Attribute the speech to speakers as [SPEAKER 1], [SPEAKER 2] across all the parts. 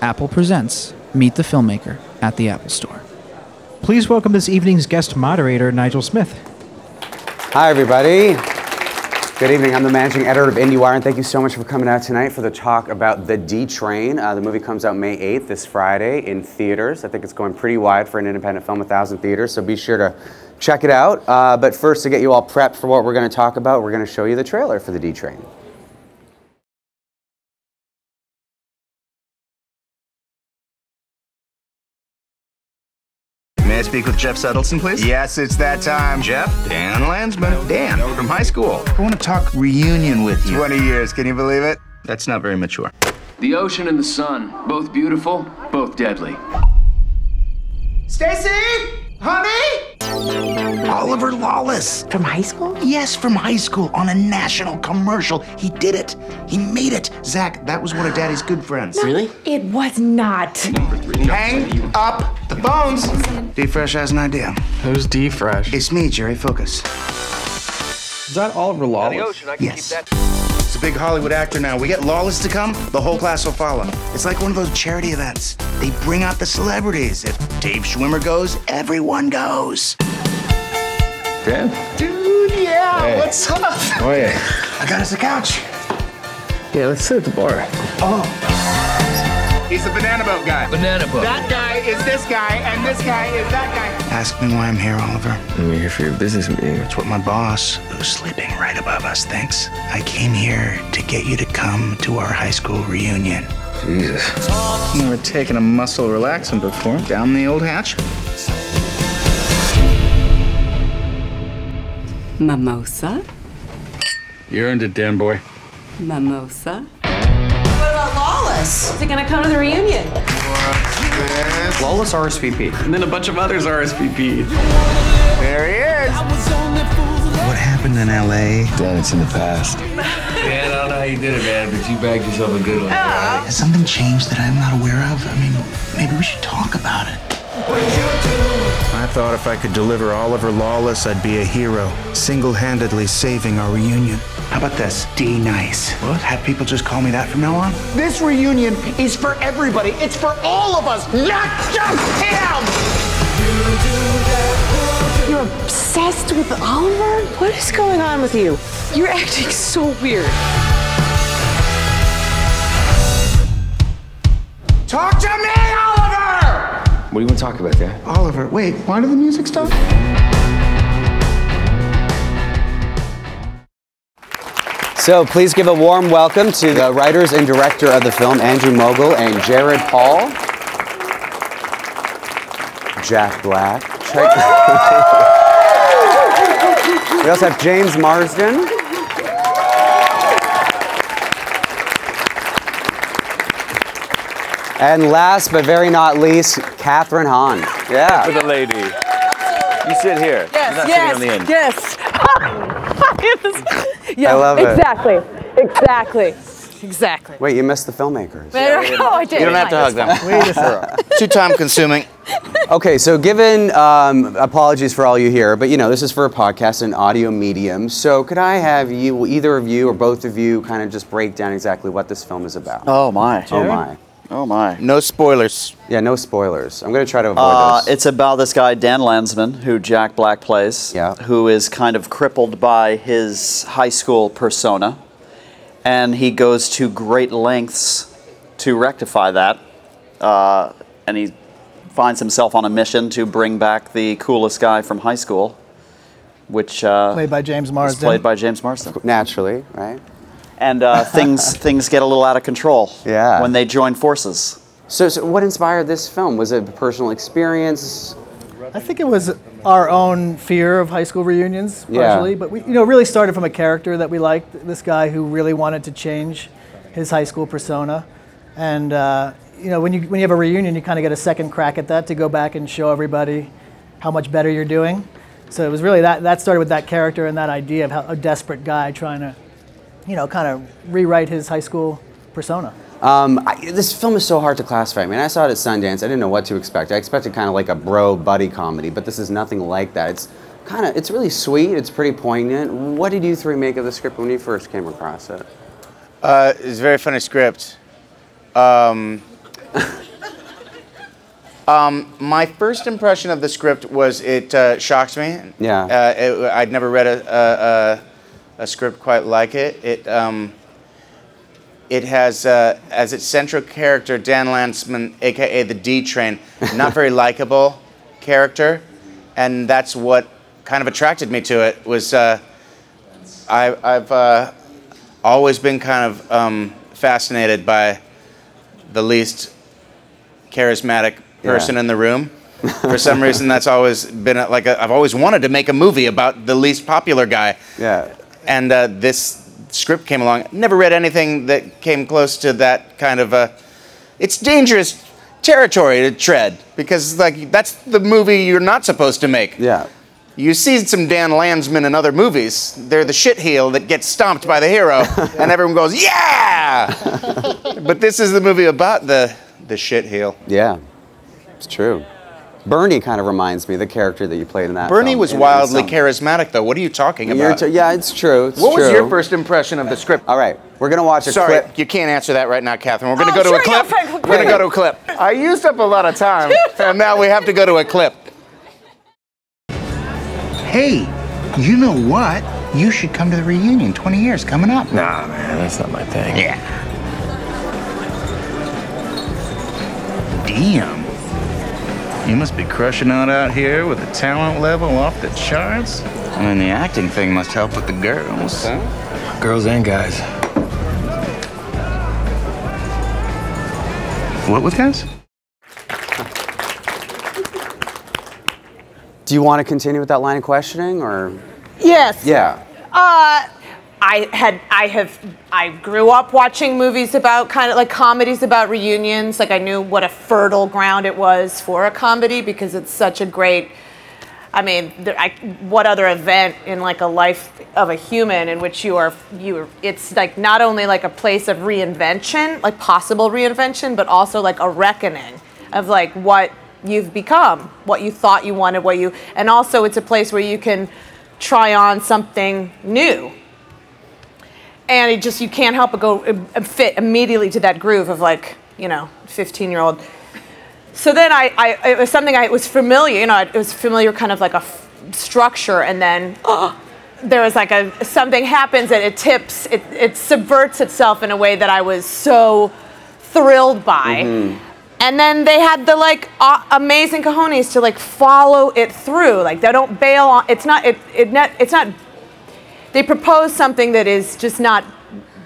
[SPEAKER 1] Apple presents Meet the Filmmaker at the Apple Store.
[SPEAKER 2] Please welcome this evening's guest moderator, Nigel Smith.
[SPEAKER 3] Hi, everybody. Good evening. I'm the managing editor of IndieWire, and thank you so much for coming out tonight for the talk about The D Train. Uh, the movie comes out May 8th, this Friday, in theaters. I think it's going pretty wide for an independent film, 1,000 theaters, so be sure to check it out. Uh, but first, to get you all prepped for what we're going to talk about, we're going to show you the trailer for The D Train.
[SPEAKER 4] May I speak with Jeff Settleson, please? Yes, it's that time. Jeff, Dan Landsman. Dan, from high school. I want to talk reunion with you. 20 years, can you believe it? That's not very mature.
[SPEAKER 5] The ocean and the sun, both beautiful, both deadly.
[SPEAKER 4] Oliver Lawless.
[SPEAKER 6] From high school?
[SPEAKER 4] Yes, from high school on a national commercial. He did it. He made it. Zach, that was one of Daddy's good friends.
[SPEAKER 6] Really? It was not.
[SPEAKER 4] Hang up the phones. D Fresh has an idea.
[SPEAKER 7] Who's D Fresh?
[SPEAKER 4] It's me, Jerry. Focus.
[SPEAKER 7] Is that Oliver Lawless?
[SPEAKER 4] Yes. He's a big Hollywood actor now. We get Lawless to come, the whole class will follow. It's like one of those charity events. They bring out the celebrities. If Dave Schwimmer goes, everyone goes.
[SPEAKER 7] Dan?
[SPEAKER 4] Dude, yeah.
[SPEAKER 7] Hey.
[SPEAKER 4] What's up?
[SPEAKER 7] Oh, yeah.
[SPEAKER 4] I got us a couch. Oh.
[SPEAKER 7] Yeah, let's sit at the bar.
[SPEAKER 4] He's the banana boat guy.
[SPEAKER 5] Banana boat.
[SPEAKER 4] That guy is this guy, and this guy is that guy. Ask me why I'm here, Oliver.
[SPEAKER 7] I'm here for your business meeting.
[SPEAKER 4] It's what my boss, who's sleeping right above us, thinks. I came here to get you to come to our high school reunion.
[SPEAKER 7] Jesus.
[SPEAKER 4] Never taken a muscle relaxant before. Down the old hatch.
[SPEAKER 8] Mimosa,
[SPEAKER 7] You earned it, Dan boy.
[SPEAKER 8] mimosa.
[SPEAKER 9] What about Lawless? Is he gonna come to the reunion?
[SPEAKER 7] Lawless RSVP. And then a bunch of others RSVP.
[SPEAKER 4] There he is. What happened in LA?
[SPEAKER 7] Dan, it's in the past. Dan, I don't know how you did it, man, but you bagged yourself a good
[SPEAKER 10] Uh,
[SPEAKER 7] one.
[SPEAKER 4] Has something changed that I'm not aware of? I mean, maybe we should talk about it. I thought if I could deliver Oliver Lawless, I'd be a hero, single handedly saving our reunion. How about this? D nice. What? Have people just call me that from now on?
[SPEAKER 10] This reunion is for everybody. It's for all of us, not just him.
[SPEAKER 6] You're obsessed with Oliver?
[SPEAKER 9] What is going on with you? You're acting so weird.
[SPEAKER 4] Talk to me, Oliver!
[SPEAKER 7] What do you want to talk about, Dan?
[SPEAKER 4] Oliver, wait, why did the music stop?
[SPEAKER 3] So please give a warm welcome to the writers and director of the film, Andrew Mogul and Jared Paul. Jack Black. Check- we also have James Marsden. And last but very not least, Catherine Hahn. Yeah.
[SPEAKER 7] The lady. You sit here. Yes,
[SPEAKER 9] yes. Oh, yes.
[SPEAKER 3] I love it.
[SPEAKER 9] exactly. Exactly. Exactly.
[SPEAKER 3] Wait, you missed the filmmakers.
[SPEAKER 9] oh, I did.
[SPEAKER 7] them. Wait a second. Too time consuming.
[SPEAKER 3] Okay, so given um, apologies for all you here, but you know this is for a podcast, an audio medium. So could I have you, either of you or both of you, kind of just break down exactly what this film is about?
[SPEAKER 11] Oh my.
[SPEAKER 3] Oh my.
[SPEAKER 11] Oh my.
[SPEAKER 7] No spoilers.
[SPEAKER 3] Yeah, no spoilers. I'm gonna try to avoid
[SPEAKER 11] Uh,
[SPEAKER 3] those.
[SPEAKER 11] it's about this guy, Dan Landsman, who Jack Black plays,
[SPEAKER 3] Yeah.
[SPEAKER 11] who is kind of crippled by his high school persona. And he goes to great lengths to rectify that. Uh, and he finds himself on a mission to bring back the coolest guy from high school, which uh,
[SPEAKER 10] Played by James
[SPEAKER 11] is
[SPEAKER 10] Marsden.
[SPEAKER 11] played by James Marsden.
[SPEAKER 3] naturally, right?
[SPEAKER 11] And uh, things, things get a little out of control
[SPEAKER 3] Yeah.
[SPEAKER 11] when they join forces.
[SPEAKER 3] So, so what inspired this film? Was it a personal experience?
[SPEAKER 10] I think it was our own fear of high school reunions,
[SPEAKER 3] Yeah.
[SPEAKER 10] partially, but we, you know, it really started from a character that we liked. This guy who really wanted to change his high school persona, and uh, you know, when you when you have a reunion, you kind of get a second crack at that to go back and show everybody how much better you're doing. So it was really that that started with that character and that idea of how, a desperate guy trying to, you know, kind of rewrite his high school persona.
[SPEAKER 3] Um, I, this film is so hard to classify. I mean, I saw it at Sundance. I didn't know what to expect. I expected kind of like a bro buddy comedy, but this is nothing like that. It's kind of it's really sweet. It's pretty poignant. What did you three make of the script when you first came across it?
[SPEAKER 7] It's a very funny script. Um,
[SPEAKER 10] Um, my first impression of the script was it uh, shocks me.
[SPEAKER 3] Yeah.
[SPEAKER 10] Uh, it, I'd never read a, a, a, a script quite like it. It um, it has uh, as its central character Dan Landsman, aka the D Train, not very likable character, and that's what kind of attracted me to it. Was uh, I, I've uh, always been kind of um, fascinated by the least charismatic person
[SPEAKER 3] Yeah.
[SPEAKER 10] in the room. For some reason, that's always been a, like a, I've always wanted to make a movie about the least popular guy.
[SPEAKER 3] Yeah.
[SPEAKER 10] And uh, this script came along. Never read anything that came close to that kind of a. It's dangerous territory to tread because like that's the movie you're not supposed to make.
[SPEAKER 3] Yeah.
[SPEAKER 10] You see some Dan Landsman in other movies. They're the shit heel that gets stomped by the hero, and everyone goes, "Yeah!" but this is the movie about the the shit heel.
[SPEAKER 3] Yeah, it's true. Bernie kind of reminds me of the character that you played in that.
[SPEAKER 10] Bernie
[SPEAKER 3] film,
[SPEAKER 10] was
[SPEAKER 3] in- in
[SPEAKER 10] wildly
[SPEAKER 3] some-
[SPEAKER 10] charismatic, though. What are you talking
[SPEAKER 3] You're
[SPEAKER 10] about?
[SPEAKER 3] t- yeah, it's true. It's
[SPEAKER 10] what
[SPEAKER 3] true.
[SPEAKER 10] was
[SPEAKER 3] Uh,
[SPEAKER 10] your first impression of the script?
[SPEAKER 3] All right, we're gonna watch a
[SPEAKER 10] Sorry,
[SPEAKER 3] clip.
[SPEAKER 10] you can't answer that right now, Catherine. We're gonna
[SPEAKER 3] Oh,
[SPEAKER 10] go to
[SPEAKER 3] sure,
[SPEAKER 10] a
[SPEAKER 3] yeah,
[SPEAKER 10] clip.
[SPEAKER 3] Frank,
[SPEAKER 10] We're gonna
[SPEAKER 3] quick.
[SPEAKER 10] go to a clip. I used up a lot of time, and now we have to go to a clip.
[SPEAKER 12] Hey, you know what? You should come to the reunion. 20 years coming up.
[SPEAKER 13] Nah, man, that's not my thing.
[SPEAKER 12] Yeah. Damn. You must be crushing it out here with the talent level off the charts. I mean, the acting thing must help with the girls.
[SPEAKER 13] Girls and guys.
[SPEAKER 12] What with guys?
[SPEAKER 3] Do you want to continue with that line of questioning, or?
[SPEAKER 9] Yes.
[SPEAKER 3] Yeah.
[SPEAKER 9] Uh, I had, I have, I grew up watching movies about kind of like comedies about reunions. Like I knew what a fertile ground it was for a comedy because it's such a great. I mean, there, I, what other event in like a life of a human in which you are you? are- It's like not only like a place of reinvention, like possible reinvention, but also like a reckoning of like what you've become, what you thought you wanted, what you, and also it's a place where you can try on something new. And it just, you can't help but go uh, fit immediately to that groove of like, you know, 15 year old. So then I, I, it was something I it was familiar, you know, it was familiar kind of like a f- structure and then there was like a, something happens and it tips, it, it subverts itself in a way that I was so thrilled by. And then they had the like a amazing cojones to like follow it through. Like they don't bail on. It's not. It, it not, It's not. They propose something that is just not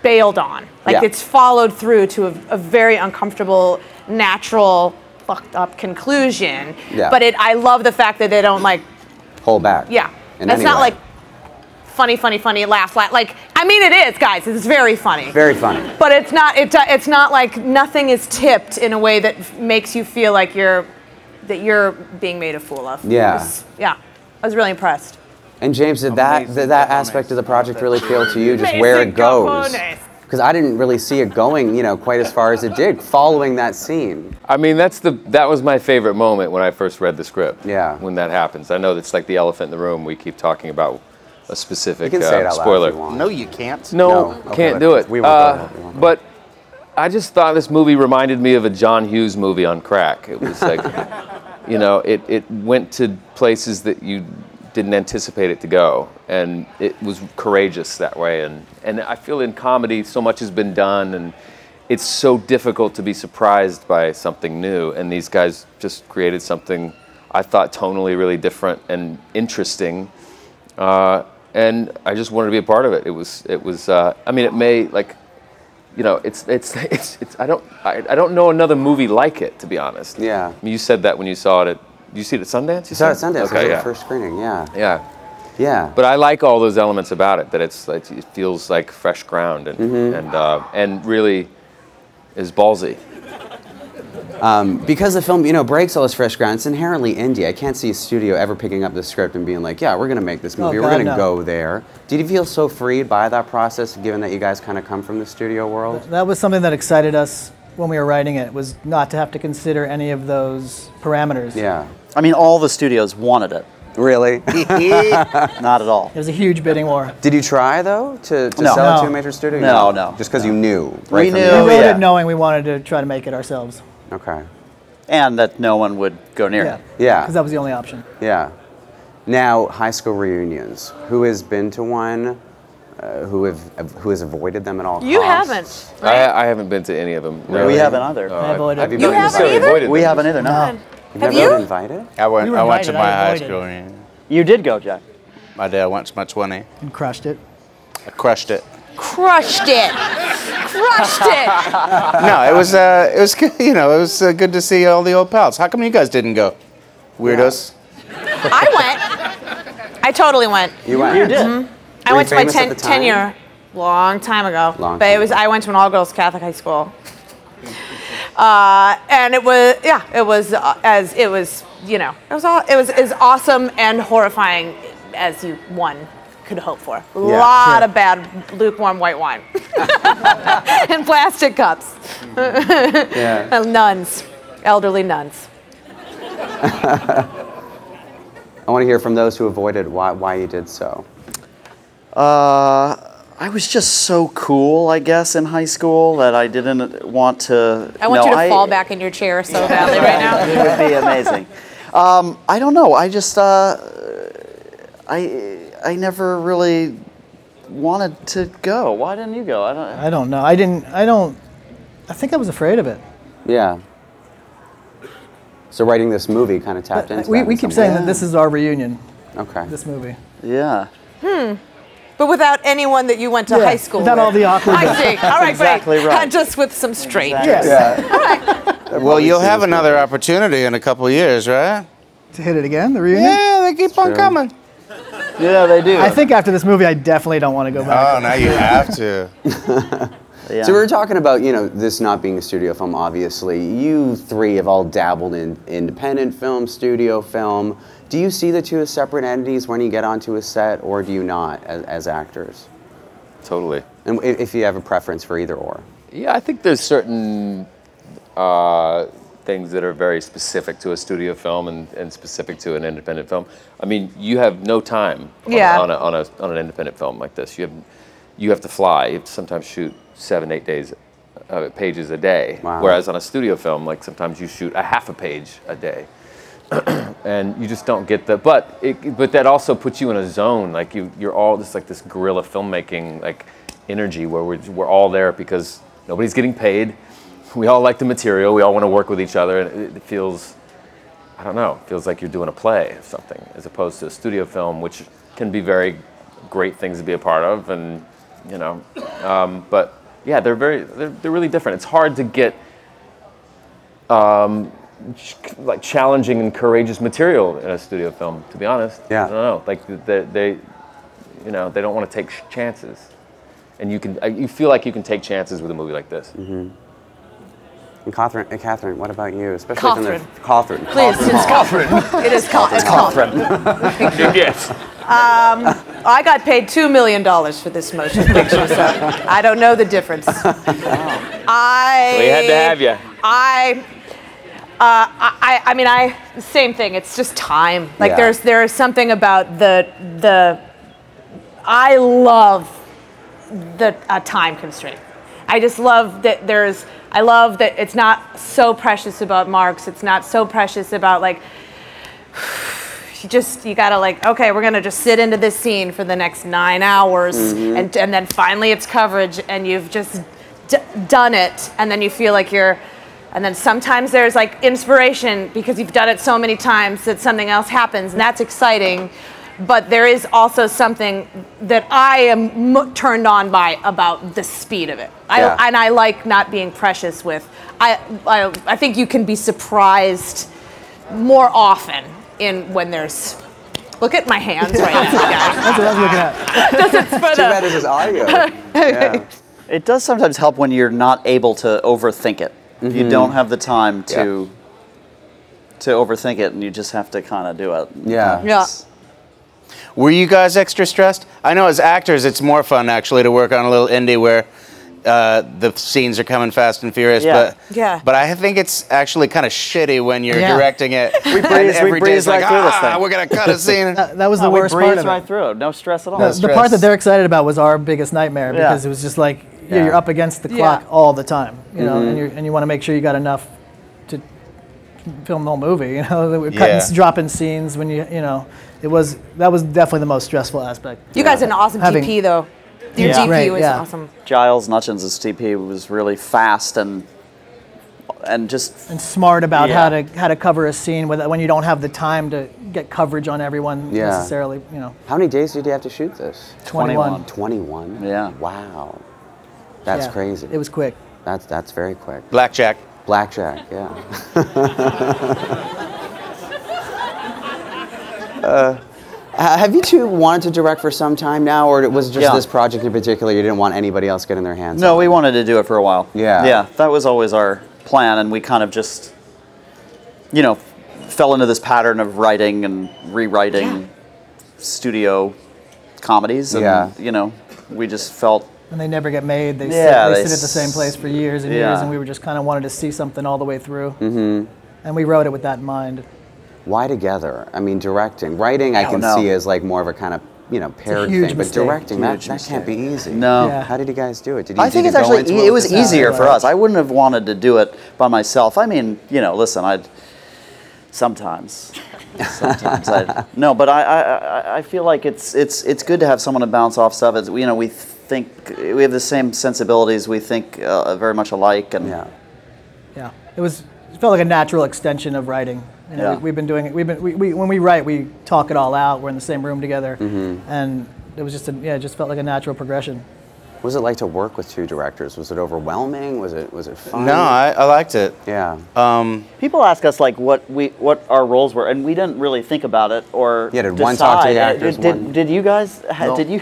[SPEAKER 9] bailed on. Like
[SPEAKER 14] Yeah.
[SPEAKER 9] it's followed through to a, a very uncomfortable, natural, fucked up conclusion.
[SPEAKER 3] Yeah.
[SPEAKER 9] But it. I love the fact that they don't like.
[SPEAKER 3] Hold back.
[SPEAKER 9] Yeah.
[SPEAKER 3] In
[SPEAKER 9] That's
[SPEAKER 3] any
[SPEAKER 9] not
[SPEAKER 3] way.
[SPEAKER 9] like funny, funny, funny, laugh, laugh. Like I mean, it is, guys. It's very funny.
[SPEAKER 3] Very funny.
[SPEAKER 9] But it's not. It, it's not like nothing is tipped in a way that f- makes you feel like you're that you're being made a fool of.
[SPEAKER 3] Yeah.
[SPEAKER 9] It was- yeah. I was really impressed.
[SPEAKER 3] And James, did that did that aspect of the project really appeal to you? Just where it goes? Because I didn't really see it going, you know, quite as far as it did following that scene.
[SPEAKER 11] I mean, that's the that was my favorite moment when I first read the script.
[SPEAKER 3] Yeah.
[SPEAKER 11] When that happens, I know that's like the elephant in the room. We keep talking about a specific
[SPEAKER 10] You can say it
[SPEAKER 11] uh,
[SPEAKER 10] out loud if
[SPEAKER 11] spoiler.
[SPEAKER 10] you want. No, you can't.
[SPEAKER 11] No,
[SPEAKER 10] No. Okay,
[SPEAKER 11] can't do
[SPEAKER 10] let's-
[SPEAKER 11] it. Uh,
[SPEAKER 10] we won't go there. We
[SPEAKER 11] but I just thought this movie reminded me of a John Hughes movie on crack. It was like, you know, it it went to places that you didn't anticipate it to go, and it was courageous that way. And and I feel in comedy, so much has been done, and it's so difficult to be surprised by something new. And these guys just created something I thought tonally really different and interesting uh, and I just wanted to be a part of it. It was, it was. Uh, I mean, it may like, you know, it's, it's, it's, it's I don't, I, I don't know another movie like it to be honest.
[SPEAKER 3] Yeah.
[SPEAKER 11] I mean, you said that when you saw it. At, you see it at Sundance. You
[SPEAKER 3] saw it at
[SPEAKER 11] said?
[SPEAKER 3] Sundance.
[SPEAKER 11] Okay,
[SPEAKER 3] it was
[SPEAKER 11] yeah.
[SPEAKER 3] the first screening. Yeah.
[SPEAKER 11] yeah.
[SPEAKER 3] Yeah.
[SPEAKER 11] But I like all those elements about it. That it's, like, it feels like fresh ground and
[SPEAKER 3] Mhm.
[SPEAKER 11] and uh, and really is ballsy.
[SPEAKER 3] Um, because the film, you know, breaks all this fresh ground. It's inherently indie. I can't see a studio ever picking up this script and being like, "Yeah, we're gonna make this
[SPEAKER 1] Oh,
[SPEAKER 3] movie.
[SPEAKER 1] God,
[SPEAKER 3] we're gonna
[SPEAKER 1] no.
[SPEAKER 3] go there." Did you feel so freed by that process, given that you guys kind of come from the studio world?
[SPEAKER 1] That was something that excited us when we were writing it was not to have to consider any of those parameters.
[SPEAKER 3] Yeah.
[SPEAKER 15] I mean, all the studios wanted it.
[SPEAKER 3] Really?
[SPEAKER 15] Not at all.
[SPEAKER 1] It was a huge bidding war.
[SPEAKER 3] Did you try though to, to
[SPEAKER 15] No.
[SPEAKER 3] sell it
[SPEAKER 1] No.
[SPEAKER 3] to a major studio?
[SPEAKER 15] No, no.
[SPEAKER 3] Just because you knew, right? from the
[SPEAKER 1] we
[SPEAKER 3] get-go?
[SPEAKER 1] wrote it knowing we wanted to try to make it ourselves.
[SPEAKER 3] Okay.
[SPEAKER 15] and that no one would go near it.
[SPEAKER 3] Yeah.
[SPEAKER 1] Because that was the only option.
[SPEAKER 3] Yeah. Now, high school reunions. Who has been to one? Uh, who have who has avoided them at all
[SPEAKER 9] You
[SPEAKER 3] costs?
[SPEAKER 9] haven't.
[SPEAKER 11] I, I haven't been to any of them.
[SPEAKER 15] No, we haven't either. I avoided.
[SPEAKER 11] have
[SPEAKER 15] You
[SPEAKER 11] not
[SPEAKER 15] haven't
[SPEAKER 11] necessarily
[SPEAKER 15] either?
[SPEAKER 11] avoided
[SPEAKER 15] We
[SPEAKER 11] them.
[SPEAKER 15] haven't either, no. God.
[SPEAKER 3] You've
[SPEAKER 15] Have
[SPEAKER 3] never
[SPEAKER 15] you?
[SPEAKER 3] been invited?
[SPEAKER 10] I went.
[SPEAKER 1] We were
[SPEAKER 10] I went to
[SPEAKER 1] invited, I
[SPEAKER 10] my high
[SPEAKER 1] avoided.
[SPEAKER 10] school reunion.
[SPEAKER 15] You did go, Jack.
[SPEAKER 10] I did. I went to my twenty.
[SPEAKER 1] And crushed it.
[SPEAKER 10] I crushed it.
[SPEAKER 9] Crushed it. Crushed it.
[SPEAKER 10] no, it was. Uh, it was. good- You know, it was uh, good to see all the old pals. How come you guys didn't go? Weirdos.
[SPEAKER 9] I went. I totally went.
[SPEAKER 10] You went. You did.
[SPEAKER 9] Mhm. I
[SPEAKER 10] Were
[SPEAKER 9] went
[SPEAKER 10] you
[SPEAKER 9] to my
[SPEAKER 10] famous at
[SPEAKER 9] 10,
[SPEAKER 10] the time?
[SPEAKER 9] 10 year, long time ago.
[SPEAKER 10] Long
[SPEAKER 9] but it
[SPEAKER 10] time
[SPEAKER 9] was I went to an all girls Catholic high school. Uh, and it was yeah, it was uh, as it was you know it was all it was as awesome and horrifying as you one could hope for. A
[SPEAKER 6] Yeah.
[SPEAKER 9] lot
[SPEAKER 6] Sure.
[SPEAKER 9] of bad lukewarm white wine and plastic cups.
[SPEAKER 3] Yeah.
[SPEAKER 9] And nuns, elderly nuns.
[SPEAKER 3] I want to hear from those who avoided why why you did so.
[SPEAKER 15] Uh, I was just so cool, I guess, in high school that I didn't want to.
[SPEAKER 9] I want
[SPEAKER 15] no,
[SPEAKER 9] you to
[SPEAKER 15] I,
[SPEAKER 9] fall back in your chair so badly right now.
[SPEAKER 15] It would be amazing. Um, I don't know. I just uh, I I never really wanted to go. Why didn't you go? I don't.
[SPEAKER 1] I don't know. I didn't. I don't. I think I was afraid of it.
[SPEAKER 3] Yeah. So writing this movie kind of tapped into
[SPEAKER 1] We,
[SPEAKER 3] that
[SPEAKER 1] we
[SPEAKER 3] in
[SPEAKER 1] keep
[SPEAKER 3] some way.
[SPEAKER 1] saying that this is our reunion.
[SPEAKER 3] Okay.
[SPEAKER 1] This movie.
[SPEAKER 15] Yeah.
[SPEAKER 9] Hmm. But without anyone that you went to
[SPEAKER 1] Yeah,
[SPEAKER 9] high school
[SPEAKER 1] without
[SPEAKER 9] with.
[SPEAKER 1] all the awkward-
[SPEAKER 9] I see. All right,
[SPEAKER 1] That's exactly
[SPEAKER 9] great.
[SPEAKER 1] right.
[SPEAKER 9] Just with some strangers.
[SPEAKER 1] Yes.
[SPEAKER 9] All right.
[SPEAKER 10] Well, you'll have another opportunity in a couple years, right?
[SPEAKER 1] To hit it again, the reunion.
[SPEAKER 10] Yeah, they keep on
[SPEAKER 1] True.
[SPEAKER 10] coming.
[SPEAKER 15] Yeah, they do.
[SPEAKER 1] I think after this movie, I definitely don't want to go back.
[SPEAKER 10] Oh, now you have to.
[SPEAKER 15] Yeah.
[SPEAKER 3] So we were talking about you know this not being a studio film. Obviously, you three have all dabbled in independent film, studio film. Do you see the two as separate entities when you get onto a set, or do you not as, as actors?
[SPEAKER 11] Totally.
[SPEAKER 3] And i- if you have a preference for either or.
[SPEAKER 11] Yeah, I think there's certain uh, things that are very specific to a studio film and, and specific to an independent film. I mean, you have no time on, a-
[SPEAKER 9] Yeah.
[SPEAKER 11] on, a, on, a, on an independent film like this. You have you have to fly. You have to sometimes shoot seven, eight days uh, pages a day. Whereas on a studio film, like sometimes you shoot a half a page a day. and you just don't get the but it, but that also puts you in a zone like you you're all just like this guerrilla filmmaking like energy where we're, we're all there because nobody's getting paid we all like the material we all want to work with each other and it, it feels i don't know it feels like you're doing a play or something as opposed to a studio film which can be very great things to be a part of and you know um, but yeah they're very they're, they're really different it's hard to get um, ch- like challenging and courageous material in a studio film. To be honest, yeah, I don't know. Like th- they, they you know, they don't want to take sh- chances, and you can, uh, you feel like you can take chances with a movie like this. Mm-hmm.
[SPEAKER 3] And Catherine, and Catherine, what about you? Especially from the
[SPEAKER 9] Catherine.
[SPEAKER 3] Catherine.
[SPEAKER 9] Please,
[SPEAKER 3] Catherine.
[SPEAKER 9] it's Catherine. It is Catherine. It's Catherine.
[SPEAKER 11] yes.
[SPEAKER 9] Um, I got paid $2 million for this motion picture, so I don't know the difference. I.
[SPEAKER 11] We had to have you.
[SPEAKER 9] I, uh, I, I mean, I same thing. It's just time. Like
[SPEAKER 6] Yeah.
[SPEAKER 9] there's there is something about the the. I love the a time constraint. I just love that there's. I love that it's not so precious about marks. It's not so precious about like. You just you gotta like okay, we're gonna just sit into this scene for the next nine hours,
[SPEAKER 6] Mhm.
[SPEAKER 9] and and then finally it's coverage, and you've just d- done it, and then you feel like you're. And then sometimes there's like inspiration because you've done it so many times that something else happens, and that's exciting. But there is also something that I am mo- turned on by about the speed of it. I,
[SPEAKER 6] Yeah.
[SPEAKER 9] And I like not being precious with. I, I, I think you can be surprised more often in when there's. Look at my hands right now.
[SPEAKER 1] That's what I was looking at.
[SPEAKER 9] Does it for the- Yeah.
[SPEAKER 15] It does sometimes help when you're not able to overthink it. You
[SPEAKER 11] Mm-hmm.
[SPEAKER 3] Mhm.
[SPEAKER 15] don't have the time to to overthink it, and you just have to kind of do it.
[SPEAKER 3] Yeah.
[SPEAKER 9] Yeah.
[SPEAKER 10] Were you guys extra stressed? I know as actors, it's more fun actually to work on a little indie where uh, the scenes are coming fast and furious.
[SPEAKER 15] Yeah.
[SPEAKER 10] But
[SPEAKER 15] Yeah.
[SPEAKER 10] But I think it's actually kind of shitty when you're
[SPEAKER 15] Yeah.
[SPEAKER 10] directing it.
[SPEAKER 15] We
[SPEAKER 10] and
[SPEAKER 15] breeze- we
[SPEAKER 10] every
[SPEAKER 15] breeze
[SPEAKER 10] day's like,
[SPEAKER 15] right through this
[SPEAKER 10] "Ah,
[SPEAKER 15] thing."
[SPEAKER 10] We're gonna cut a scene.
[SPEAKER 1] That, that was the
[SPEAKER 15] Oh,
[SPEAKER 1] worst
[SPEAKER 15] we breezed
[SPEAKER 1] part of
[SPEAKER 15] right
[SPEAKER 1] it.
[SPEAKER 15] through it. No stress at all.
[SPEAKER 1] The, the part that they're excited about was our biggest nightmare
[SPEAKER 15] Yeah.
[SPEAKER 1] because it was just like yeah,
[SPEAKER 15] Yeah.
[SPEAKER 1] you're up against the
[SPEAKER 15] Yeah.
[SPEAKER 1] clock all the time, you know,
[SPEAKER 15] Mhm.
[SPEAKER 1] and, you're, and you want to make sure you got enough film the whole movie. You know, They were
[SPEAKER 10] Yeah.
[SPEAKER 1] cutting, dropping scenes when you you know it was that was definitely the most stressful aspect.
[SPEAKER 9] You guys an awesome
[SPEAKER 1] Having-
[SPEAKER 9] DP though. Your
[SPEAKER 15] Yeah.
[SPEAKER 9] DP
[SPEAKER 15] Right,
[SPEAKER 9] was
[SPEAKER 1] yeah.
[SPEAKER 9] awesome.
[SPEAKER 15] Giles Nutchins' TP was really fast and and just
[SPEAKER 1] and smart about
[SPEAKER 15] Yeah.
[SPEAKER 1] how to how to cover a scene with when you don't have the time to get coverage on everyone
[SPEAKER 3] Yeah.
[SPEAKER 1] necessarily. You know,
[SPEAKER 3] How many days did you have to shoot this?
[SPEAKER 1] 21.
[SPEAKER 3] 21? Yeah. Wow. That's
[SPEAKER 1] Yeah.
[SPEAKER 3] crazy.
[SPEAKER 1] It was quick.
[SPEAKER 3] That's that's very quick.
[SPEAKER 10] Blackjack.
[SPEAKER 3] Blackjack, yeah. uh, ha- have you two wanted to direct for some time now, or was it just
[SPEAKER 15] Yeah.
[SPEAKER 3] this project in particular you didn't want anybody else getting their hands
[SPEAKER 15] No,
[SPEAKER 3] on?
[SPEAKER 15] we wanted to do it for a while.
[SPEAKER 3] Yeah.
[SPEAKER 15] Yeah, that was always our plan, and we kind of just, you know, fell into this pattern of writing and rewriting studio comedies. And,
[SPEAKER 1] Yeah.
[SPEAKER 15] You know, we just felt
[SPEAKER 1] and they never get made. They
[SPEAKER 15] Yeah,
[SPEAKER 1] sit, they,
[SPEAKER 15] they
[SPEAKER 1] sit at the same place for years and
[SPEAKER 15] yeah.
[SPEAKER 1] years, and we were just kind of wanted to see something all the way through.
[SPEAKER 3] Mm-hmm.
[SPEAKER 1] And we wrote it with that in mind.
[SPEAKER 3] Why together? I mean, directing, writing, I,
[SPEAKER 1] I
[SPEAKER 3] can
[SPEAKER 1] don't know.
[SPEAKER 3] see as like more of a kind of you know paired
[SPEAKER 15] huge
[SPEAKER 3] thing,
[SPEAKER 15] mistake.
[SPEAKER 3] but directing that,
[SPEAKER 15] Huge
[SPEAKER 3] that can't be easy.
[SPEAKER 15] No. Yeah.
[SPEAKER 3] How did you guys do it? Did you,
[SPEAKER 15] I
[SPEAKER 3] did
[SPEAKER 15] think
[SPEAKER 3] you
[SPEAKER 15] it's
[SPEAKER 3] go
[SPEAKER 15] actually
[SPEAKER 3] into
[SPEAKER 15] e- it was
[SPEAKER 3] with a set?
[SPEAKER 15] easier for us. I wouldn't have wanted to do it by myself. I mean, you know, listen, I'd sometimes, sometimes I no, but I, I I- I feel like it's it's it's good to have someone to bounce off stuff. It's, you know, we think we have the same sensibilities. We think uh, very much alike, and
[SPEAKER 1] Yeah, it was it felt like a natural extension of writing. You know,
[SPEAKER 15] Yeah.
[SPEAKER 1] we, we've been doing it. We've been we, we, when we write, we talk it all out. We're in the same room together,
[SPEAKER 3] Mhm.
[SPEAKER 1] and it was just a, yeah, it just felt like a natural progression.
[SPEAKER 3] What was it like to work with two directors? Was it overwhelming? Was it was it fun?
[SPEAKER 15] No, I-
[SPEAKER 10] liked it.
[SPEAKER 3] Yeah.
[SPEAKER 10] Um,
[SPEAKER 15] people ask us like what we what our roles were, and we didn't really think about it or
[SPEAKER 10] Yeah, did one talk to the
[SPEAKER 15] decide. Uh,
[SPEAKER 10] actors,
[SPEAKER 15] Did,
[SPEAKER 10] one-
[SPEAKER 15] did you guys? ha-
[SPEAKER 10] No.
[SPEAKER 15] Did you?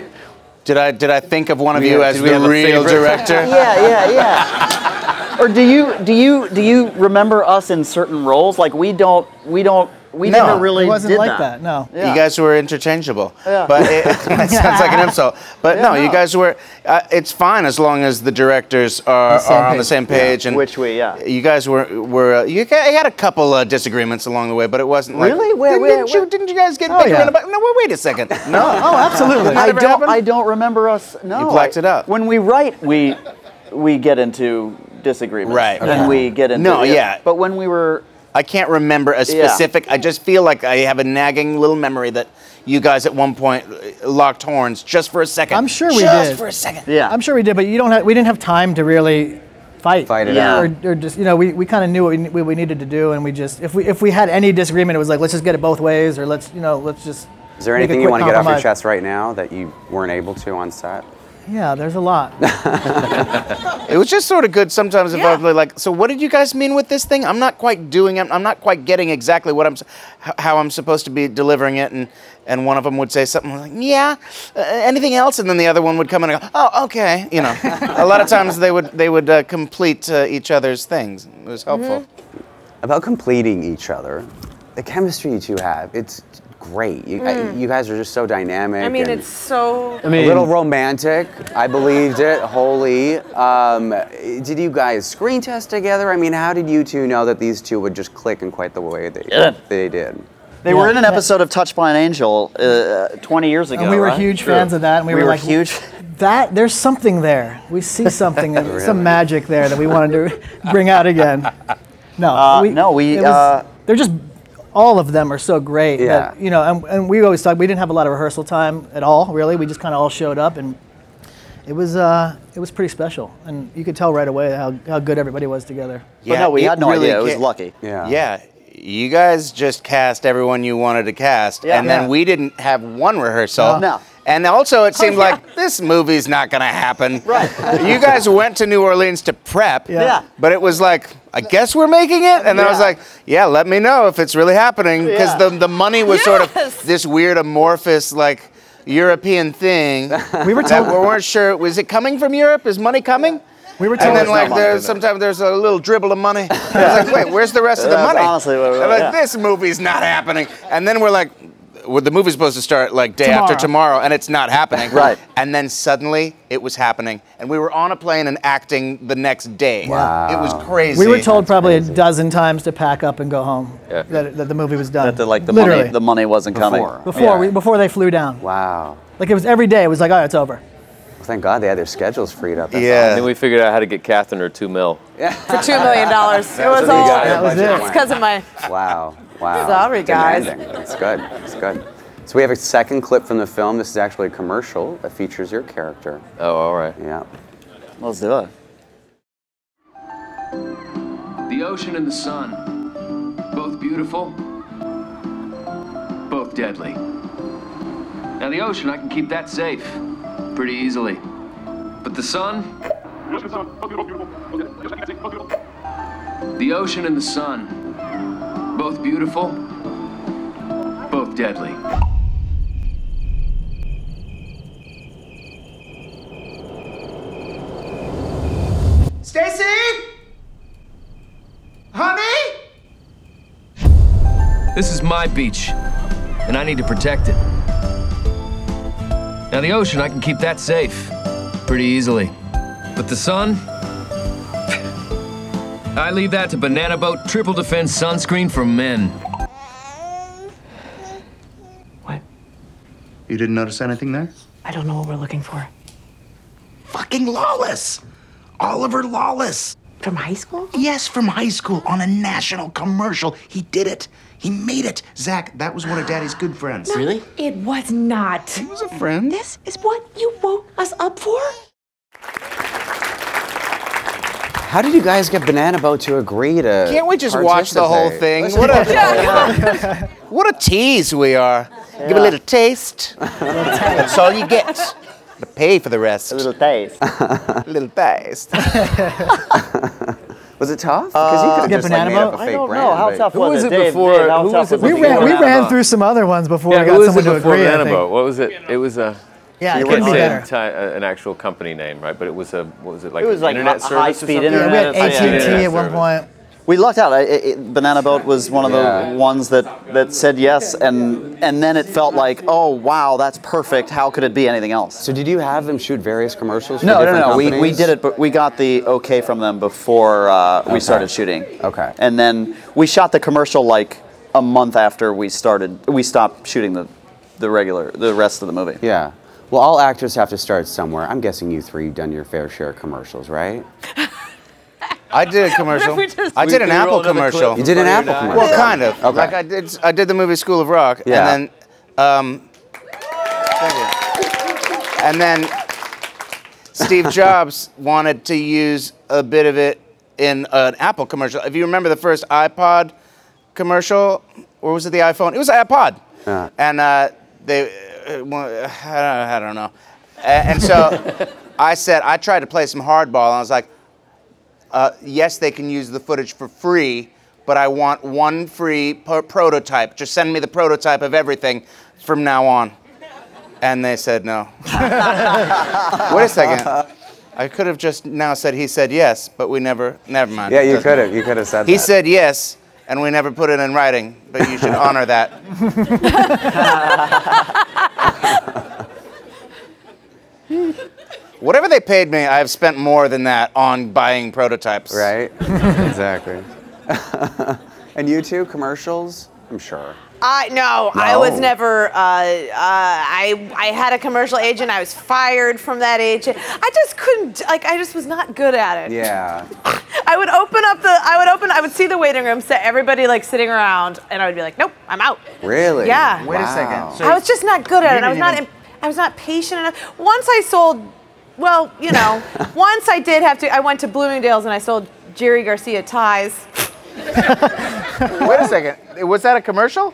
[SPEAKER 10] Did I did I think of one of
[SPEAKER 15] We-
[SPEAKER 10] you as
[SPEAKER 15] did we
[SPEAKER 10] the
[SPEAKER 15] have a
[SPEAKER 10] real
[SPEAKER 15] favorite?
[SPEAKER 10] director?
[SPEAKER 15] yeah, yeah, yeah. Or do you do you do you remember us in certain roles? Like we don't we don't we
[SPEAKER 10] No.
[SPEAKER 15] never really
[SPEAKER 10] It wasn't
[SPEAKER 15] did
[SPEAKER 10] like
[SPEAKER 15] that.
[SPEAKER 10] that,
[SPEAKER 1] No.
[SPEAKER 10] You guys were interchangeable.
[SPEAKER 15] Yeah.
[SPEAKER 10] But it, that sounds like an insult. But
[SPEAKER 15] Yeah,
[SPEAKER 10] no, you
[SPEAKER 15] no.
[SPEAKER 10] guys were. Uh, it's fine as long as the directors are,
[SPEAKER 15] The same
[SPEAKER 10] are on the
[SPEAKER 15] page.
[SPEAKER 10] same page.
[SPEAKER 15] Yeah.
[SPEAKER 10] And
[SPEAKER 15] Which we, yeah.
[SPEAKER 10] You guys were were. Uh, you ca- you had a couple uh, disagreements along the way, but it wasn't like
[SPEAKER 15] Really? Where-
[SPEAKER 10] didn't,
[SPEAKER 15] where-
[SPEAKER 10] didn't you didn't you guys get
[SPEAKER 15] Oh,
[SPEAKER 10] bickering
[SPEAKER 15] yeah.
[SPEAKER 10] about? No, wait, wait a second. No.
[SPEAKER 15] Oh, absolutely.
[SPEAKER 10] Didn't that
[SPEAKER 15] I
[SPEAKER 10] ever
[SPEAKER 15] don't-
[SPEAKER 10] happen?
[SPEAKER 15] I don't remember us. No.
[SPEAKER 10] You blacked it out.
[SPEAKER 15] When we write, we we get into disagreements.
[SPEAKER 10] Right.
[SPEAKER 15] And
[SPEAKER 10] okay.
[SPEAKER 15] we get into
[SPEAKER 10] No, yeah.
[SPEAKER 15] But when we were
[SPEAKER 10] I can't remember a
[SPEAKER 15] Yeah.
[SPEAKER 10] specific. I just feel like I have a nagging little memory that you guys at one point uh, locked horns just for a second.
[SPEAKER 1] I'm sure we
[SPEAKER 10] just
[SPEAKER 1] did.
[SPEAKER 10] for a second.
[SPEAKER 15] Yeah.
[SPEAKER 1] I'm sure we did, but you don't have, we didn't have time to really fight.
[SPEAKER 3] Fight
[SPEAKER 10] it Yeah. out.
[SPEAKER 1] Or, or just, you know, we, we kind of knew what we, what we needed to do, and we just, if we, if we had any disagreement, it was like, let's just get it both ways, or let's, you know, let's just.
[SPEAKER 3] Is there
[SPEAKER 1] make a
[SPEAKER 3] anything you
[SPEAKER 1] quick
[SPEAKER 3] want to get off your
[SPEAKER 1] compromise.
[SPEAKER 3] chest right now that you weren't able to on set?
[SPEAKER 1] Yeah, there's a lot.
[SPEAKER 10] It was just sort of good sometimes if I was like, so what did you guys mean with this thing? I'm not quite doing it. I'm not quite getting exactly what I'm, s- h- how I'm supposed to be delivering it. And, and one of them would say something like, yeah, uh, anything else? And then the other one would come in and go, oh, okay. You know, a lot of times they would, they would uh, complete uh, each other's things. It was helpful.
[SPEAKER 3] About completing each other, the chemistry you two have, it's great. You, I-
[SPEAKER 9] Mm.
[SPEAKER 3] you guys are just so dynamic.
[SPEAKER 9] I mean,
[SPEAKER 3] and
[SPEAKER 9] it's so.
[SPEAKER 3] a little romantic. I believed it wholly. Um, did you guys screen test together? I mean, how did you two know that these two would just click in quite the way they,
[SPEAKER 15] Yeah.
[SPEAKER 3] they did?
[SPEAKER 15] They were in an episode of Touched by an Angel uh, 20 years ago.
[SPEAKER 1] And we were
[SPEAKER 15] right?
[SPEAKER 1] huge fans of that, and we,
[SPEAKER 15] were,
[SPEAKER 1] were, like,
[SPEAKER 15] huge.
[SPEAKER 1] That there's something there. We see something, there,
[SPEAKER 15] Really?
[SPEAKER 1] some magic there that we wanted to bring out again. No,
[SPEAKER 15] Uh,
[SPEAKER 1] we,
[SPEAKER 15] no, we,
[SPEAKER 1] it was-
[SPEAKER 15] uh,
[SPEAKER 1] they're just all of them are so great. that,
[SPEAKER 15] Yeah.
[SPEAKER 1] you know, and, and we always talk. We didn't have a lot of rehearsal time at all, really. We just kind of all showed up, and it was uh, it was pretty special. And you could tell right away how, how good everybody was together.
[SPEAKER 15] But no, we
[SPEAKER 10] it
[SPEAKER 15] had no idea. It was
[SPEAKER 10] ca-
[SPEAKER 15] lucky.
[SPEAKER 3] Yeah.
[SPEAKER 10] Yeah. You guys just cast everyone you wanted to cast,
[SPEAKER 15] Yeah.
[SPEAKER 10] and then
[SPEAKER 15] Yeah.
[SPEAKER 10] we didn't have one rehearsal.
[SPEAKER 15] No. Oh, No.
[SPEAKER 10] And also, it seemed like this movie's not going to happen. Right. you guys went to New Orleans to prep.
[SPEAKER 15] Yeah. Yeah.
[SPEAKER 10] But it was like, I guess we're making it, and then I was
[SPEAKER 15] Yeah.
[SPEAKER 10] like, Yeah, let me know if it's really happening, because
[SPEAKER 15] Yeah.
[SPEAKER 10] the the money was sort of this weird amorphous like. European thing.
[SPEAKER 1] We were
[SPEAKER 10] that
[SPEAKER 1] told-
[SPEAKER 10] we weren't sure. Was it coming from Europe? Is money coming?
[SPEAKER 1] We were
[SPEAKER 10] And
[SPEAKER 1] told-
[SPEAKER 10] then
[SPEAKER 1] There's no
[SPEAKER 10] like
[SPEAKER 1] money.
[SPEAKER 10] there's sometimes there's a little dribble of money. I was like, wait, where's the rest of the
[SPEAKER 15] That's
[SPEAKER 10] money?
[SPEAKER 15] honestly what we
[SPEAKER 10] They're
[SPEAKER 15] were-
[SPEAKER 10] like,
[SPEAKER 15] yeah.
[SPEAKER 10] this movie's not happening. And then we're like, well, the movie's supposed to start like day after
[SPEAKER 15] Tomorrow.
[SPEAKER 10] tomorrow, and it's not happening.
[SPEAKER 15] Right.
[SPEAKER 10] And then suddenly it was happening, and we were on a plane and acting the next day.
[SPEAKER 1] Wow.
[SPEAKER 10] It was crazy.
[SPEAKER 1] We were told probably a dozen times to pack up and go home.
[SPEAKER 15] Yeah.
[SPEAKER 1] That, that the movie was done.
[SPEAKER 15] That the, like the
[SPEAKER 1] Literally.
[SPEAKER 15] money, the money wasn't coming.
[SPEAKER 1] Before we, before they flew down.
[SPEAKER 3] Wow.
[SPEAKER 1] Like it was every day. It was like, oh, it's over.
[SPEAKER 3] thank God they had their schedules freed up. That's
[SPEAKER 11] Yeah. And then we figured out how to get Catherine her two mil.
[SPEAKER 9] For $2 million. it was all. It's because of my.
[SPEAKER 3] Wow. Wow.
[SPEAKER 9] Sorry, guys.
[SPEAKER 3] Demanding. It's good. It's good. So we have a second clip from the film. This is actually a commercial that features your character.
[SPEAKER 11] Oh, all right.
[SPEAKER 3] Yeah.
[SPEAKER 15] Let's do it.
[SPEAKER 5] The ocean and the sun. Both beautiful, both deadly. Now, the ocean, I can keep that safe pretty easily. But the sun? The ocean and the sun. Both beautiful, both deadly.
[SPEAKER 14] Stacy? Honey?
[SPEAKER 5] This is my beach, and I need to protect it. Now, the ocean, I can keep that safe pretty easily. But the sun? I leave that to Banana Boat Triple Defense Sunscreen for Men.
[SPEAKER 12] You didn't notice anything there?
[SPEAKER 16] I don't know what we're looking for.
[SPEAKER 14] Fucking Lawless! Oliver Lawless! From high school?
[SPEAKER 15] Oh,
[SPEAKER 14] Yes, from high school on a national commercial. He did it. He made it. Zach, that was one of Daddy's good friends.
[SPEAKER 6] No, It was not. He was a friend. This is what you woke us up for?
[SPEAKER 3] How did you guys get Banana Boat to agree to?
[SPEAKER 10] Can't we just watch the whole
[SPEAKER 3] participate?
[SPEAKER 10] thing?
[SPEAKER 3] Listen
[SPEAKER 10] What
[SPEAKER 3] to
[SPEAKER 10] a- What a tease we are. Give a little taste. That's all you get. To pay for the rest. A little taste. a little taste.
[SPEAKER 3] Was it tough? Because you
[SPEAKER 10] Uh,
[SPEAKER 3] could
[SPEAKER 10] Yeah,
[SPEAKER 3] have just like,
[SPEAKER 10] Banana
[SPEAKER 3] made up a
[SPEAKER 10] Boat?
[SPEAKER 3] fake
[SPEAKER 10] I don't
[SPEAKER 3] brand.
[SPEAKER 10] know. How
[SPEAKER 3] but-
[SPEAKER 10] tough Who was was it? it Dave, before- Dave, how who tough was it
[SPEAKER 1] We ran, we ran through some other ones before we got someone to agree. I think.
[SPEAKER 11] Anabo? What was it? It was a.
[SPEAKER 1] Yeah,
[SPEAKER 11] you
[SPEAKER 1] it couldn't
[SPEAKER 11] can't
[SPEAKER 1] be
[SPEAKER 11] say
[SPEAKER 1] better.
[SPEAKER 11] ti- uh, an actual company name, right? But it was a what was it like?
[SPEAKER 15] It was like
[SPEAKER 11] internet
[SPEAKER 15] hi-
[SPEAKER 11] service or
[SPEAKER 15] high-speed
[SPEAKER 11] something?
[SPEAKER 15] internet. Yeah, we had
[SPEAKER 11] High-speed
[SPEAKER 15] AT&T
[SPEAKER 11] internet
[SPEAKER 15] at one
[SPEAKER 11] service.
[SPEAKER 1] point.
[SPEAKER 15] We lucked out. I, it, it- Banana Boat was one of the ones that, that said yes, and and then it felt like, oh wow, that's perfect. How could it be anything else?
[SPEAKER 3] So did you have them shoot various commercials? for
[SPEAKER 15] No, no,
[SPEAKER 3] different
[SPEAKER 15] no. We, we
[SPEAKER 3] companies?
[SPEAKER 15] did it, but we got the okay from them before uh, we
[SPEAKER 3] Okay.
[SPEAKER 15] started shooting.
[SPEAKER 3] Okay.
[SPEAKER 15] And then we shot the commercial like a month after we started. We stopped shooting the the regular the rest of the movie.
[SPEAKER 3] Yeah. Well, all actors have to start somewhere. I'm guessing you three have done your fair share of commercials, right?
[SPEAKER 10] I did a commercial.
[SPEAKER 3] We just-
[SPEAKER 10] I did
[SPEAKER 3] We-
[SPEAKER 10] an
[SPEAKER 3] we
[SPEAKER 10] Apple
[SPEAKER 3] rolled another clip
[SPEAKER 10] commercial.
[SPEAKER 3] You did an Apple commercial.
[SPEAKER 10] Well, kind of.
[SPEAKER 3] Okay.
[SPEAKER 10] Like I did, I did the movie School of Rock,
[SPEAKER 3] Yeah.
[SPEAKER 10] and then, um, thank you. and then Steve Jobs wanted to use a bit of it in an Apple commercial. If you remember the first iPod commercial, or was it the iPhone? It was an iPod,
[SPEAKER 3] Yeah.
[SPEAKER 10] and uh, they, uh, well, I don't, I don't know. A- And so I said I tried to play some hardball, and I was like, uh, yes, they can use the footage for free, but I want one free pro- prototype. Just send me the prototype of everything from now on. And they said no. Wait a second. I could have just now said he said yes, but we never, never mind.
[SPEAKER 3] Yeah, you
[SPEAKER 10] Doesn't
[SPEAKER 3] could
[SPEAKER 10] matter.
[SPEAKER 3] have. You could have said
[SPEAKER 10] He
[SPEAKER 3] that.
[SPEAKER 10] said yes, and we never put it in writing, but you should honor that. Whatever they paid me, I've spent more than that on buying prototypes.
[SPEAKER 3] Right? exactly. and you two, commercials? I'm sure.
[SPEAKER 9] I no, I was
[SPEAKER 3] No.
[SPEAKER 9] never. Uh, uh, I I had a commercial agent. I was fired from that agent. I just couldn't. Like I just was not good at it.
[SPEAKER 3] Yeah.
[SPEAKER 9] I would open up the. I would open. I would see the waiting room, set everybody like sitting around, and I would be like, nope, I'm out.
[SPEAKER 3] Really?
[SPEAKER 9] Yeah.
[SPEAKER 3] Wait a second. So
[SPEAKER 9] I was just not good at
[SPEAKER 3] you
[SPEAKER 9] it. I was
[SPEAKER 3] didn't
[SPEAKER 9] not.
[SPEAKER 3] even-
[SPEAKER 9] I was not patient enough. Once I sold. Well, you know, once I did have to. I went to Bloomingdale's and I sold Jerry Garcia ties.
[SPEAKER 10] Wait a second. Was that a commercial?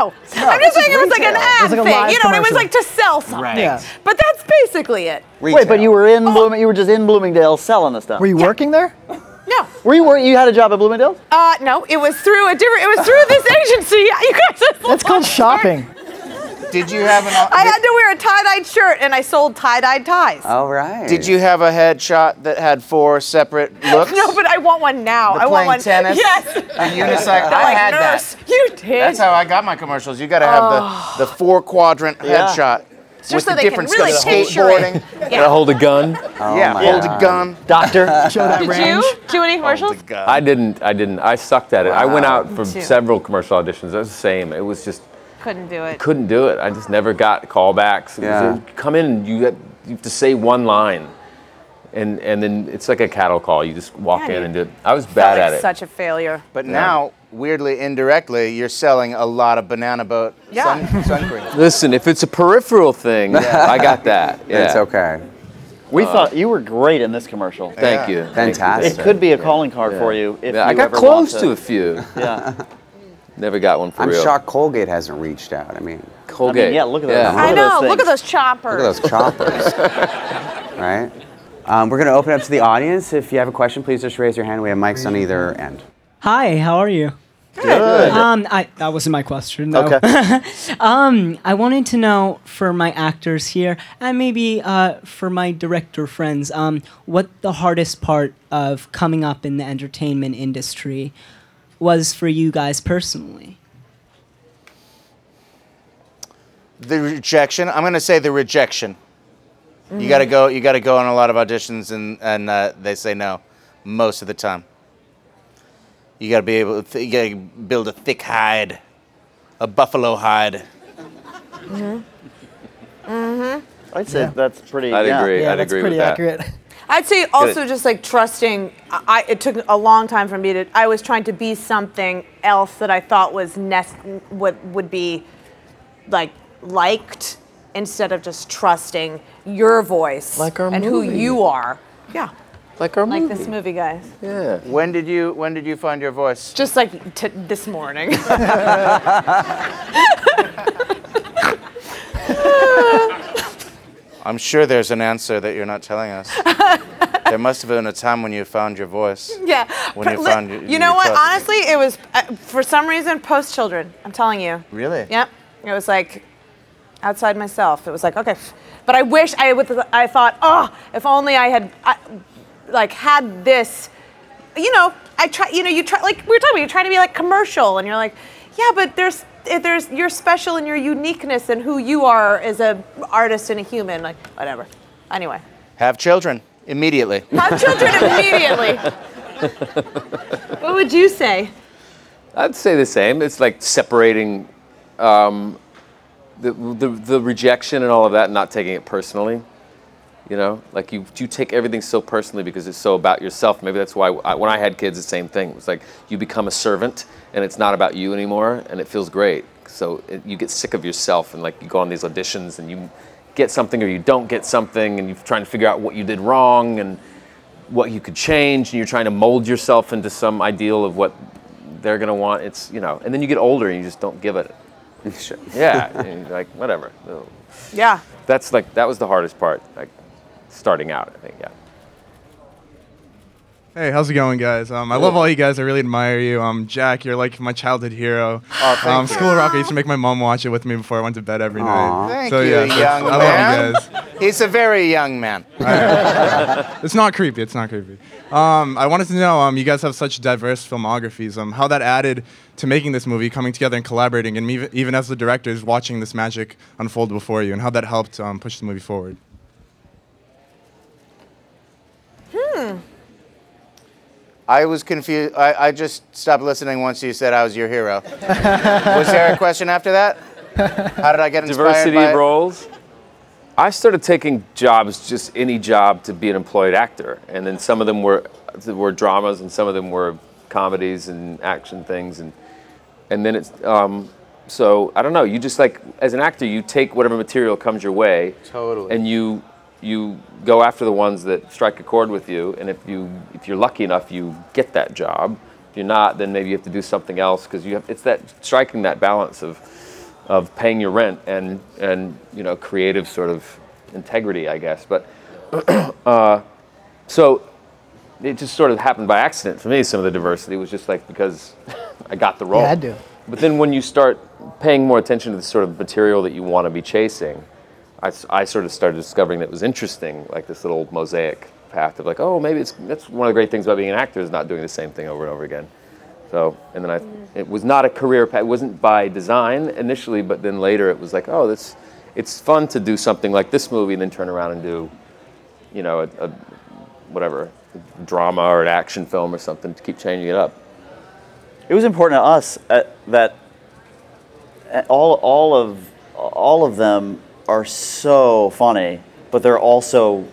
[SPEAKER 9] No, I'm just
[SPEAKER 10] this
[SPEAKER 9] saying
[SPEAKER 10] is
[SPEAKER 9] it was like an
[SPEAKER 10] retail.
[SPEAKER 9] ad
[SPEAKER 10] It's like a
[SPEAKER 9] thing.
[SPEAKER 10] live
[SPEAKER 9] You know, it was
[SPEAKER 10] commercial.
[SPEAKER 9] like to sell something.
[SPEAKER 15] Right. Yeah.
[SPEAKER 9] But that's basically it.
[SPEAKER 15] Wait, but you were in Bloom- you were just in Bloomingdale selling the stuff. Were
[SPEAKER 1] you working there?
[SPEAKER 9] No.
[SPEAKER 15] Were you working? You had a job at Bloomingdale?
[SPEAKER 9] Uh, no, it was through a different. It was through this agency. You guys.
[SPEAKER 1] That's called shopping.
[SPEAKER 10] Did you have an?
[SPEAKER 9] I had to wear a tie-dyed shirt, and I sold tie-dyed ties.
[SPEAKER 10] Oh.
[SPEAKER 3] All right.
[SPEAKER 10] Did you have a headshot that had four separate looks?
[SPEAKER 9] No, but I want one now.
[SPEAKER 10] The
[SPEAKER 9] I want
[SPEAKER 10] playing
[SPEAKER 9] one.
[SPEAKER 10] tennis?
[SPEAKER 9] Yes.
[SPEAKER 10] A unicycle.
[SPEAKER 9] They're
[SPEAKER 10] I
[SPEAKER 9] like,
[SPEAKER 10] had that.
[SPEAKER 9] nurse, You did.
[SPEAKER 10] That's how I got my commercials. You got to have the, the four quadrant
[SPEAKER 9] Yeah.
[SPEAKER 10] headshot
[SPEAKER 9] Just
[SPEAKER 10] with
[SPEAKER 9] so
[SPEAKER 10] the
[SPEAKER 9] they can
[SPEAKER 10] different
[SPEAKER 9] really
[SPEAKER 10] stuff.
[SPEAKER 9] picture it.
[SPEAKER 10] skateboarding.
[SPEAKER 9] Yeah. Gotta
[SPEAKER 11] hold a gun.
[SPEAKER 10] yeah,
[SPEAKER 11] my
[SPEAKER 10] hold
[SPEAKER 11] God.
[SPEAKER 10] a gun.
[SPEAKER 15] Doctor.
[SPEAKER 1] Show that
[SPEAKER 9] Did you do
[SPEAKER 10] Oh,
[SPEAKER 9] any commercials?
[SPEAKER 11] I didn't. I didn't. I sucked at it. I went out for
[SPEAKER 9] Me too.
[SPEAKER 11] several commercial auditions. It was the same. It was just.
[SPEAKER 9] couldn't do it.
[SPEAKER 11] couldn't do it. I just never got callbacks. It was,
[SPEAKER 9] Yeah.
[SPEAKER 11] come in, and you have, you have to say one line, and and then it's like a cattle call. You just walk
[SPEAKER 9] Yeah,
[SPEAKER 11] in
[SPEAKER 9] dude.
[SPEAKER 11] and do it. I was
[SPEAKER 9] Felt
[SPEAKER 11] bad
[SPEAKER 9] like
[SPEAKER 11] at it.
[SPEAKER 9] Such a failure.
[SPEAKER 10] But now, weirdly, indirectly, you're selling a lot of banana boat
[SPEAKER 9] Yeah.
[SPEAKER 10] sun, sun cream.
[SPEAKER 11] Listen, if it's a peripheral thing,
[SPEAKER 10] Yeah.
[SPEAKER 11] I got that. Yeah.
[SPEAKER 10] It's
[SPEAKER 3] okay.
[SPEAKER 15] We
[SPEAKER 11] Uh,
[SPEAKER 15] thought you were great in this commercial.
[SPEAKER 11] Thank you. Thank you.
[SPEAKER 15] It could be a calling card for you if
[SPEAKER 11] Yeah, I
[SPEAKER 15] you
[SPEAKER 11] got
[SPEAKER 15] ever want
[SPEAKER 11] close to. a few.
[SPEAKER 15] Yeah.
[SPEAKER 11] Never got one for
[SPEAKER 3] I'm
[SPEAKER 11] real.
[SPEAKER 3] shocked Colgate hasn't reached out. I mean,
[SPEAKER 11] Colgate. yeah, look at those-
[SPEAKER 3] that.
[SPEAKER 11] look
[SPEAKER 9] I know. Look at those choppers.
[SPEAKER 3] Look at those choppers. right? Um, we're going to open up to the audience. If you have a question, please just raise your hand. We have mics on either end.
[SPEAKER 16] Hi, how are you?
[SPEAKER 3] Good.
[SPEAKER 16] Um, I, that wasn't my question. Though.
[SPEAKER 3] Okay.
[SPEAKER 16] um, I wanted to know for my actors here, and maybe uh, for my director friends, um, what the hardest part of coming up in the entertainment industry was for you guys personally.
[SPEAKER 10] The rejection. I'm going to say the rejection. You got to go. You got to go on a lot of auditions, and and uh, they say no, most of the time. You got to be able. To, you got to build a thick hide, a buffalo hide.
[SPEAKER 9] Mm-hmm. Mm-hmm.
[SPEAKER 15] I'd say that's pretty.
[SPEAKER 11] I'd
[SPEAKER 15] yeah.
[SPEAKER 11] agree. I'd agree with that.
[SPEAKER 9] I'd say also
[SPEAKER 11] it.
[SPEAKER 9] just like trusting. I I- it took a long time for me to. I was trying to be something else that I thought was nest would would be like liked instead of just trusting your voice
[SPEAKER 10] Like our
[SPEAKER 9] and who
[SPEAKER 10] movie.
[SPEAKER 9] you are. Yeah.
[SPEAKER 11] Like our
[SPEAKER 9] like
[SPEAKER 10] movie.
[SPEAKER 9] this movie, guys.
[SPEAKER 11] Yeah.
[SPEAKER 10] When did you When did you find your voice?
[SPEAKER 9] Just like t- this morning.
[SPEAKER 10] I'm sure there's an answer that you're not telling us. there must have been a time when you found your voice.
[SPEAKER 9] Yeah.
[SPEAKER 10] When you
[SPEAKER 9] But li-
[SPEAKER 10] found your-
[SPEAKER 9] you know
[SPEAKER 10] your
[SPEAKER 9] what?
[SPEAKER 10] trust.
[SPEAKER 9] Honestly, it was uh, for some reason post children. I'm telling you.
[SPEAKER 10] Really?
[SPEAKER 9] Yep. It was like outside myself. It was like okay, but I wish I would. I thought, oh, if only I had I, like had this. You know, I try. You know, you try. Like we were talking, about, you try to be like commercial, and you're like, yeah, but there's if there's your special and your uniqueness and who you are as a artist and a human. Like whatever. Anyway,
[SPEAKER 10] Have children immediately.
[SPEAKER 9] Have children immediately. what would you say?
[SPEAKER 11] I'd say the same. It's like separating um, the, the the rejection and all of that, and not taking it personally. You know, like you you take everything so personally because it's so about yourself. Maybe that's why I, when I had kids, the same thing. It was like you become a servant, and it's not about you anymore, and it feels great. So it, you get sick of yourself, and like you go on these auditions, and you get something or you don't get something, and you're trying to figure out what you did wrong and what you could change, and you're trying to mold yourself into some ideal of what they're gonna want. It's you know, and then you get older, and you just don't give it. Yeah, and you're like whatever.
[SPEAKER 9] Yeah.
[SPEAKER 11] That's like that was the hardest part, like starting out. I think. Yeah.
[SPEAKER 7] Hey, how's it going, guys? Um, I love all you guys. I really admire you. Um, Jack, you're like my childhood hero.
[SPEAKER 10] Oh, thank
[SPEAKER 7] um,
[SPEAKER 10] you.
[SPEAKER 7] School of Rock. I used to make my mom watch it with me before I went to bed every night.
[SPEAKER 10] Thank
[SPEAKER 7] so,
[SPEAKER 10] you,
[SPEAKER 7] yeah, so
[SPEAKER 10] young
[SPEAKER 7] I
[SPEAKER 10] man.
[SPEAKER 7] love you
[SPEAKER 10] He's a very young man.
[SPEAKER 7] guys. It's not creepy. It's not creepy. Um, I wanted to know. Um, you guys have such diverse filmographies. Um, how that added to making this movie, coming together and collaborating, and me, even as the directors, watching this magic unfold before you, and how that helped um, push the movie forward.
[SPEAKER 9] Hmm.
[SPEAKER 10] I was confused. I, I just stopped listening once you said I was your hero. was there a question after that? How did I get inspired
[SPEAKER 11] Diversity
[SPEAKER 10] by
[SPEAKER 11] of
[SPEAKER 10] it?
[SPEAKER 11] roles. I started taking jobs, just any job, to be an employed actor, and then some of them were were dramas, and some of them were comedies and action things, and and then it's um, so I don't know. You just like as an actor, you take whatever material comes your way,
[SPEAKER 10] Totally.
[SPEAKER 11] and you you go after the ones that strike a chord with you, and if you if you're lucky enough, you get that job. If you're not, then maybe you have to do something else because you have it's that striking that balance of of paying your rent and and you know creative sort of integrity, I guess. But uh, so it just sort of happened by accident for me. Some of the diversity was just like because I got the role.
[SPEAKER 1] Yeah, I do.
[SPEAKER 11] But then when you start paying more attention to the sort of material that you want to be chasing, I, s- I sort of started discovering that it was interesting, like this little mosaic path of like, oh, maybe it's that's one of the great things about being an actor is not doing the same thing over and over again. So, and then I, it was not a career path. It wasn't by design initially, but then later it was like, oh, that's, it's fun to do something like this movie and then turn around and do, you know, a, a whatever drama or an action film or something to keep changing it up.
[SPEAKER 15] It was important to us uh, that
[SPEAKER 3] all all of all of them are so funny, but they're also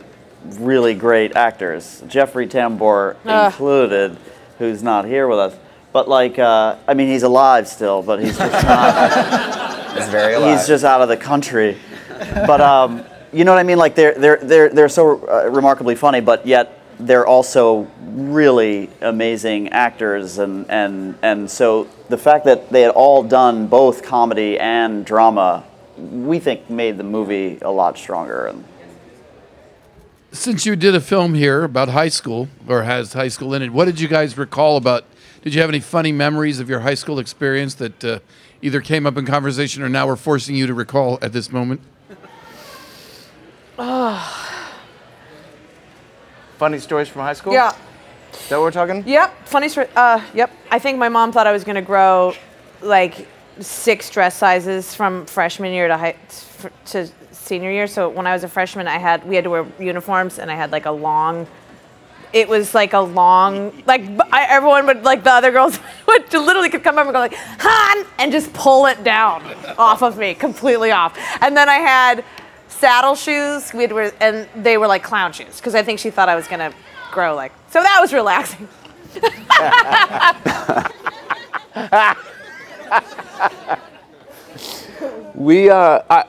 [SPEAKER 3] really great actors. Jeffrey Tambor
[SPEAKER 9] Ugh.
[SPEAKER 3] included, who's not here with us. But like, uh, I mean, he's alive still, but he's just not.
[SPEAKER 17] he's very
[SPEAKER 3] He's
[SPEAKER 17] alive.
[SPEAKER 3] just out of the country. But um, you know what I mean? Like they're they're they're they're so uh, remarkably funny, but yet they're also really amazing actors, and and and so the fact that they had all done both comedy and drama, we think made the movie a lot stronger. And
[SPEAKER 7] Since you did a film here about high school, or has high school in it, what did you guys recall about? Did you have any funny memories of your high school experience that uh, either came up in conversation or now we're forcing you to recall at this moment?
[SPEAKER 9] Oh,
[SPEAKER 10] Funny stories from high school?
[SPEAKER 9] Yeah.
[SPEAKER 10] Is that what we're talking?
[SPEAKER 9] Yep. Funny story. Uh, yep. I think my mom thought I was gonna grow like six dress sizes from freshman year to high, f- to senior year. So when I was a freshman, I had we had to wear uniforms, and I had like a long. It was like a long, like b I everyone would like the other girls would literally could come up and go like Han and just pull it down off of me completely off. And then I had saddle shoes. We'd wear and they were like clown shoes because I think she thought I was gonna grow like. So that was relaxing.
[SPEAKER 11] We, uh, I,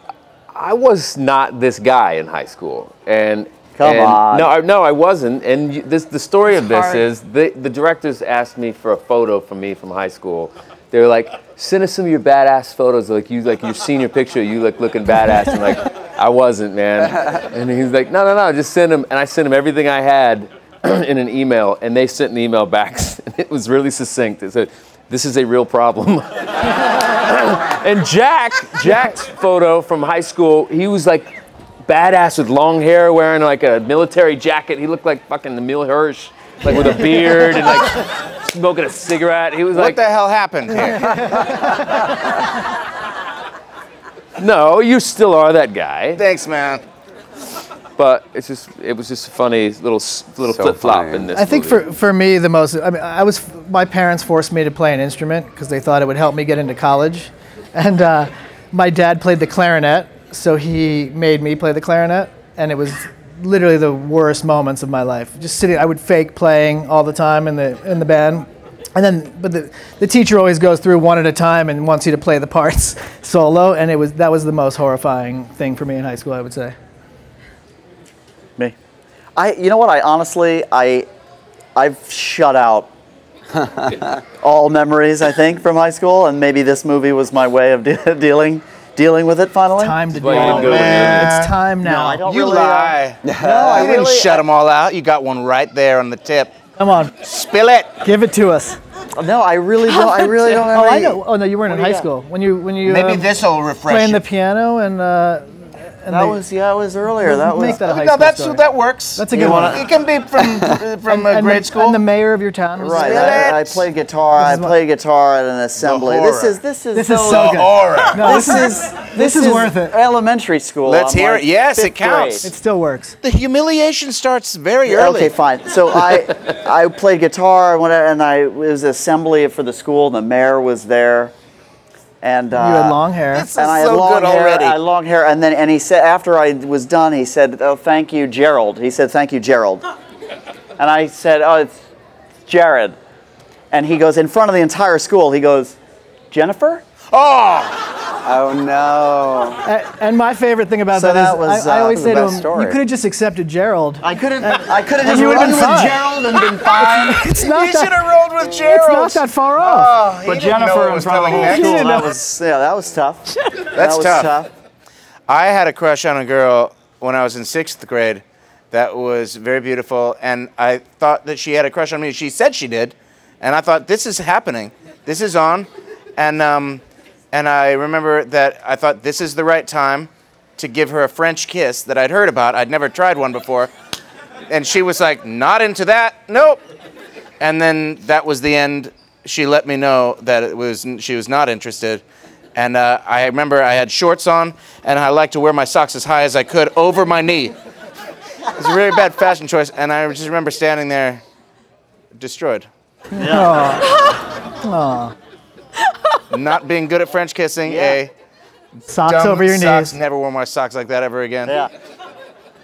[SPEAKER 11] I was not this guy in high school, and
[SPEAKER 3] Come
[SPEAKER 11] and-
[SPEAKER 3] on.
[SPEAKER 11] no, I, no, I wasn't. And you, this, the story of this
[SPEAKER 3] Sorry.
[SPEAKER 11] is the, the directors asked me for a photo from me from high school. They were like, "Send us some of your badass photos, like you, like your senior picture, you look looking badass." And like, I wasn't, man. And he's like, "No, no, no, just send him." And I sent him everything I had in an email, and they sent an email back. And it was really succinct. It said, "This is a real problem." and Jack, Jack's photo from high school, he was like badass with long hair, wearing like a military jacket. He looked like fucking Emil Hirsch, like with a beard and like smoking a cigarette. He was
[SPEAKER 10] What
[SPEAKER 11] like,
[SPEAKER 10] the hell happened here?
[SPEAKER 11] No, you still are that guy.
[SPEAKER 10] Thanks, man.
[SPEAKER 11] But it's just, it was just a funny little s- little flip flop in this.
[SPEAKER 1] I think
[SPEAKER 11] movie.
[SPEAKER 1] for, for me the most I mean I was my parents forced me to play an instrument because they thought it would help me get into college, and uh, my dad played the clarinet, so he made me play the clarinet, and it was literally the worst moments of my life. Just sitting, I would fake playing all the time in the in the band, and then but the the teacher always goes through one at a time and wants you to play the parts solo, and it was that was the most horrifying thing for me in high school, I would say.
[SPEAKER 3] me, I you know what? I honestly I I've shut out. all memories, I think, from high school, and maybe this movie was my way of de- dealing dealing with it. Finally,
[SPEAKER 1] time to
[SPEAKER 3] do it.
[SPEAKER 1] It's time now.
[SPEAKER 10] Oh, No, I don't you
[SPEAKER 3] really, uh,
[SPEAKER 10] lie.
[SPEAKER 3] No,
[SPEAKER 1] I
[SPEAKER 10] you didn't
[SPEAKER 1] really-
[SPEAKER 10] shut them all out. You got one right there on the tip.
[SPEAKER 1] Come on,
[SPEAKER 10] spill it.
[SPEAKER 1] Give it to us.
[SPEAKER 3] No, I really don't. I really don't.
[SPEAKER 1] Oh,
[SPEAKER 3] have
[SPEAKER 1] I
[SPEAKER 3] any-
[SPEAKER 1] know. Oh no, you weren't
[SPEAKER 3] What
[SPEAKER 1] in
[SPEAKER 3] do
[SPEAKER 1] high
[SPEAKER 3] you got?
[SPEAKER 1] school when you when you
[SPEAKER 3] Maybe
[SPEAKER 1] um,
[SPEAKER 3] this'll refresh
[SPEAKER 1] playing
[SPEAKER 3] you.
[SPEAKER 1] the piano and. Uh, and
[SPEAKER 3] That
[SPEAKER 1] they-
[SPEAKER 3] was yeah, it was earlier. That was
[SPEAKER 1] make that a high
[SPEAKER 10] no,
[SPEAKER 1] school
[SPEAKER 10] that's
[SPEAKER 1] story.
[SPEAKER 10] that works.
[SPEAKER 1] That's a good one.
[SPEAKER 10] It can be from uh, from uh,
[SPEAKER 1] and
[SPEAKER 10] grade
[SPEAKER 1] the,
[SPEAKER 10] school.
[SPEAKER 1] And the mayor of your town. was
[SPEAKER 3] Right,
[SPEAKER 1] there.
[SPEAKER 3] I, I play guitar. I play guitar at an assembly. This is this is
[SPEAKER 1] This is so
[SPEAKER 10] Oh,
[SPEAKER 1] good. No,
[SPEAKER 3] this is
[SPEAKER 1] this is worth it.
[SPEAKER 3] Elementary school.
[SPEAKER 10] Let's
[SPEAKER 3] I'm
[SPEAKER 10] hear
[SPEAKER 3] like
[SPEAKER 10] it. Yes, it
[SPEAKER 3] fifth grade.
[SPEAKER 10] counts.
[SPEAKER 1] It still works.
[SPEAKER 10] the humiliation starts very
[SPEAKER 3] Yeah,
[SPEAKER 10] early.
[SPEAKER 3] Okay, fine. So I I played guitar and whatever, and I it was assembly for the school. And the mayor was there, and uh,
[SPEAKER 1] you had long hair.
[SPEAKER 3] and I had long hair, I had long hair, and then and he said after I was done, he said, "Oh, thank you, Gerald." He said, "Thank you, Gerald," and I said, "Oh, it's Jared," and he goes in front of the entire school. He goes, "Jennifer."
[SPEAKER 10] Oh.
[SPEAKER 3] Oh no.
[SPEAKER 1] A- and my favorite thing about
[SPEAKER 3] So
[SPEAKER 1] that is
[SPEAKER 3] that was,
[SPEAKER 1] I, I
[SPEAKER 3] uh,
[SPEAKER 1] always
[SPEAKER 3] the
[SPEAKER 1] say to him,
[SPEAKER 3] best story.
[SPEAKER 1] you could have just accepted Gerald. I
[SPEAKER 3] could have. I could
[SPEAKER 1] and
[SPEAKER 3] have just
[SPEAKER 1] you would've
[SPEAKER 3] run
[SPEAKER 1] been
[SPEAKER 3] with
[SPEAKER 1] fine.
[SPEAKER 3] Gerald and been fine.
[SPEAKER 1] It's not
[SPEAKER 10] you
[SPEAKER 1] that-
[SPEAKER 10] should have rolled with
[SPEAKER 1] it's
[SPEAKER 10] Gerald.
[SPEAKER 1] not that far off.
[SPEAKER 10] Oh, he
[SPEAKER 3] But
[SPEAKER 10] didn't know
[SPEAKER 3] Jennifer
[SPEAKER 10] what
[SPEAKER 3] in
[SPEAKER 10] was
[SPEAKER 3] front of the
[SPEAKER 10] coming
[SPEAKER 3] whole
[SPEAKER 10] next.
[SPEAKER 3] school, that was yeah, that was tough. that
[SPEAKER 10] That's
[SPEAKER 3] was
[SPEAKER 10] tough. I had a crush on a girl when I was in sixth grade that was very beautiful, and I thought that she had a crush on me. She said she did, and I thought, this is happening. This is on. And, um, and I remember that I thought, this is the right time to give her a French kiss that I'd heard about. I'd never tried one before. And she was like, not into that. Nope. And then that was the end. She let me know that it was she was not interested. And uh, I remember I had shorts on, and I liked to wear my socks as high as I could over my knee. It was a really bad fashion choice, and I just remember standing there, destroyed.
[SPEAKER 1] Aw. Aw.
[SPEAKER 10] not being good at French kissing. eh? A
[SPEAKER 1] Socks
[SPEAKER 10] dumb
[SPEAKER 1] over your
[SPEAKER 10] socks.
[SPEAKER 1] knees.
[SPEAKER 10] Never wore my socks like that ever again.
[SPEAKER 15] Yeah.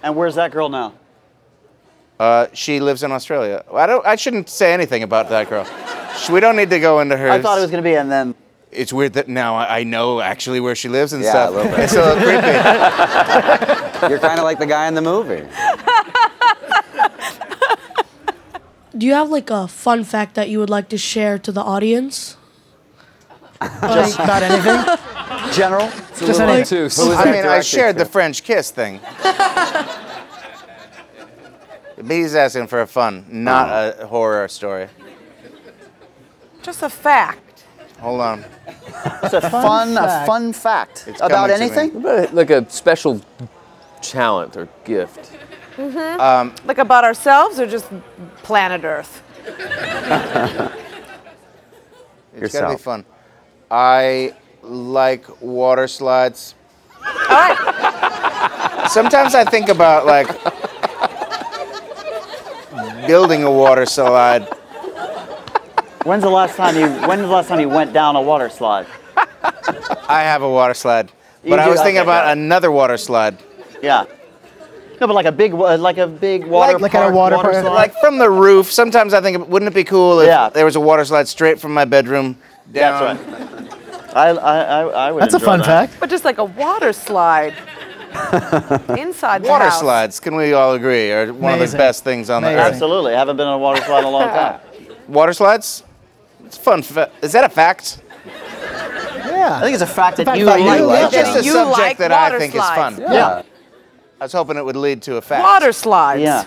[SPEAKER 15] And where's that girl now?
[SPEAKER 10] Uh, she lives in Australia. I don't. I shouldn't say anything about that girl. Sh- We don't need to go into her.
[SPEAKER 15] I thought it was going to be, and then
[SPEAKER 10] It's weird that now I I know actually where she lives and
[SPEAKER 15] Yeah,
[SPEAKER 10] stuff.
[SPEAKER 15] a little bit.
[SPEAKER 10] It's a little creepy.
[SPEAKER 3] You're kind of like the guy in the movie.
[SPEAKER 18] Do you have like a fun fact that you would like to share to the audience?
[SPEAKER 15] Just-
[SPEAKER 18] about anything?
[SPEAKER 15] General.
[SPEAKER 18] a Just little any- obtuse. Who was
[SPEAKER 10] I
[SPEAKER 18] that
[SPEAKER 10] mean, I
[SPEAKER 18] directed
[SPEAKER 10] shared
[SPEAKER 18] to?
[SPEAKER 10] the French kiss thing. But He's asking for a fun, not a horror story.
[SPEAKER 9] Just a fact.
[SPEAKER 10] Hold on.
[SPEAKER 15] It's a fun, a fun fact
[SPEAKER 10] It's
[SPEAKER 15] about
[SPEAKER 10] coming to me.
[SPEAKER 15] anything.
[SPEAKER 11] Like a special talent or gift.
[SPEAKER 9] Mm-hmm.
[SPEAKER 11] Um,
[SPEAKER 9] like about ourselves or just planet Earth?
[SPEAKER 10] It's gotta be
[SPEAKER 11] Yourself.
[SPEAKER 10] fun. I like water slides. Sometimes I think about like building a water slide.
[SPEAKER 15] When's the last time you? When's the last time you went down a water slide?
[SPEAKER 10] I have a water slide,
[SPEAKER 15] You
[SPEAKER 10] but I
[SPEAKER 15] do-
[SPEAKER 10] was thinking
[SPEAKER 15] okay,
[SPEAKER 10] about
[SPEAKER 15] got
[SPEAKER 10] another water slide.
[SPEAKER 15] Yeah. No, but like a big, wa- like a big water
[SPEAKER 10] Like-
[SPEAKER 15] park, slide.
[SPEAKER 10] Like from the roof. Sometimes I think, wouldn't it be cool if there was a water slide straight from my bedroom down?
[SPEAKER 15] That's right. I, I, I, I would. enjoy that.
[SPEAKER 9] But just like a water slide
[SPEAKER 10] fact.
[SPEAKER 9] inside the
[SPEAKER 10] water
[SPEAKER 9] house.
[SPEAKER 10] slides, can we all agree, are one of the
[SPEAKER 15] Amazing.
[SPEAKER 10] best things on the earth.
[SPEAKER 15] Absolutely. I haven't been on a water slide in a long time.
[SPEAKER 10] Water slides? It's a fun. Fa- Is that a fact?
[SPEAKER 15] Yeah. I think it's a fact
[SPEAKER 10] It's
[SPEAKER 15] that you like.
[SPEAKER 10] It's just a subject that I
[SPEAKER 9] water
[SPEAKER 10] think
[SPEAKER 9] slides.
[SPEAKER 10] is
[SPEAKER 15] Yeah.
[SPEAKER 10] fun.
[SPEAKER 15] Yeah.
[SPEAKER 10] I was hoping it would lead to a fact.
[SPEAKER 9] Water slides.
[SPEAKER 10] Yeah.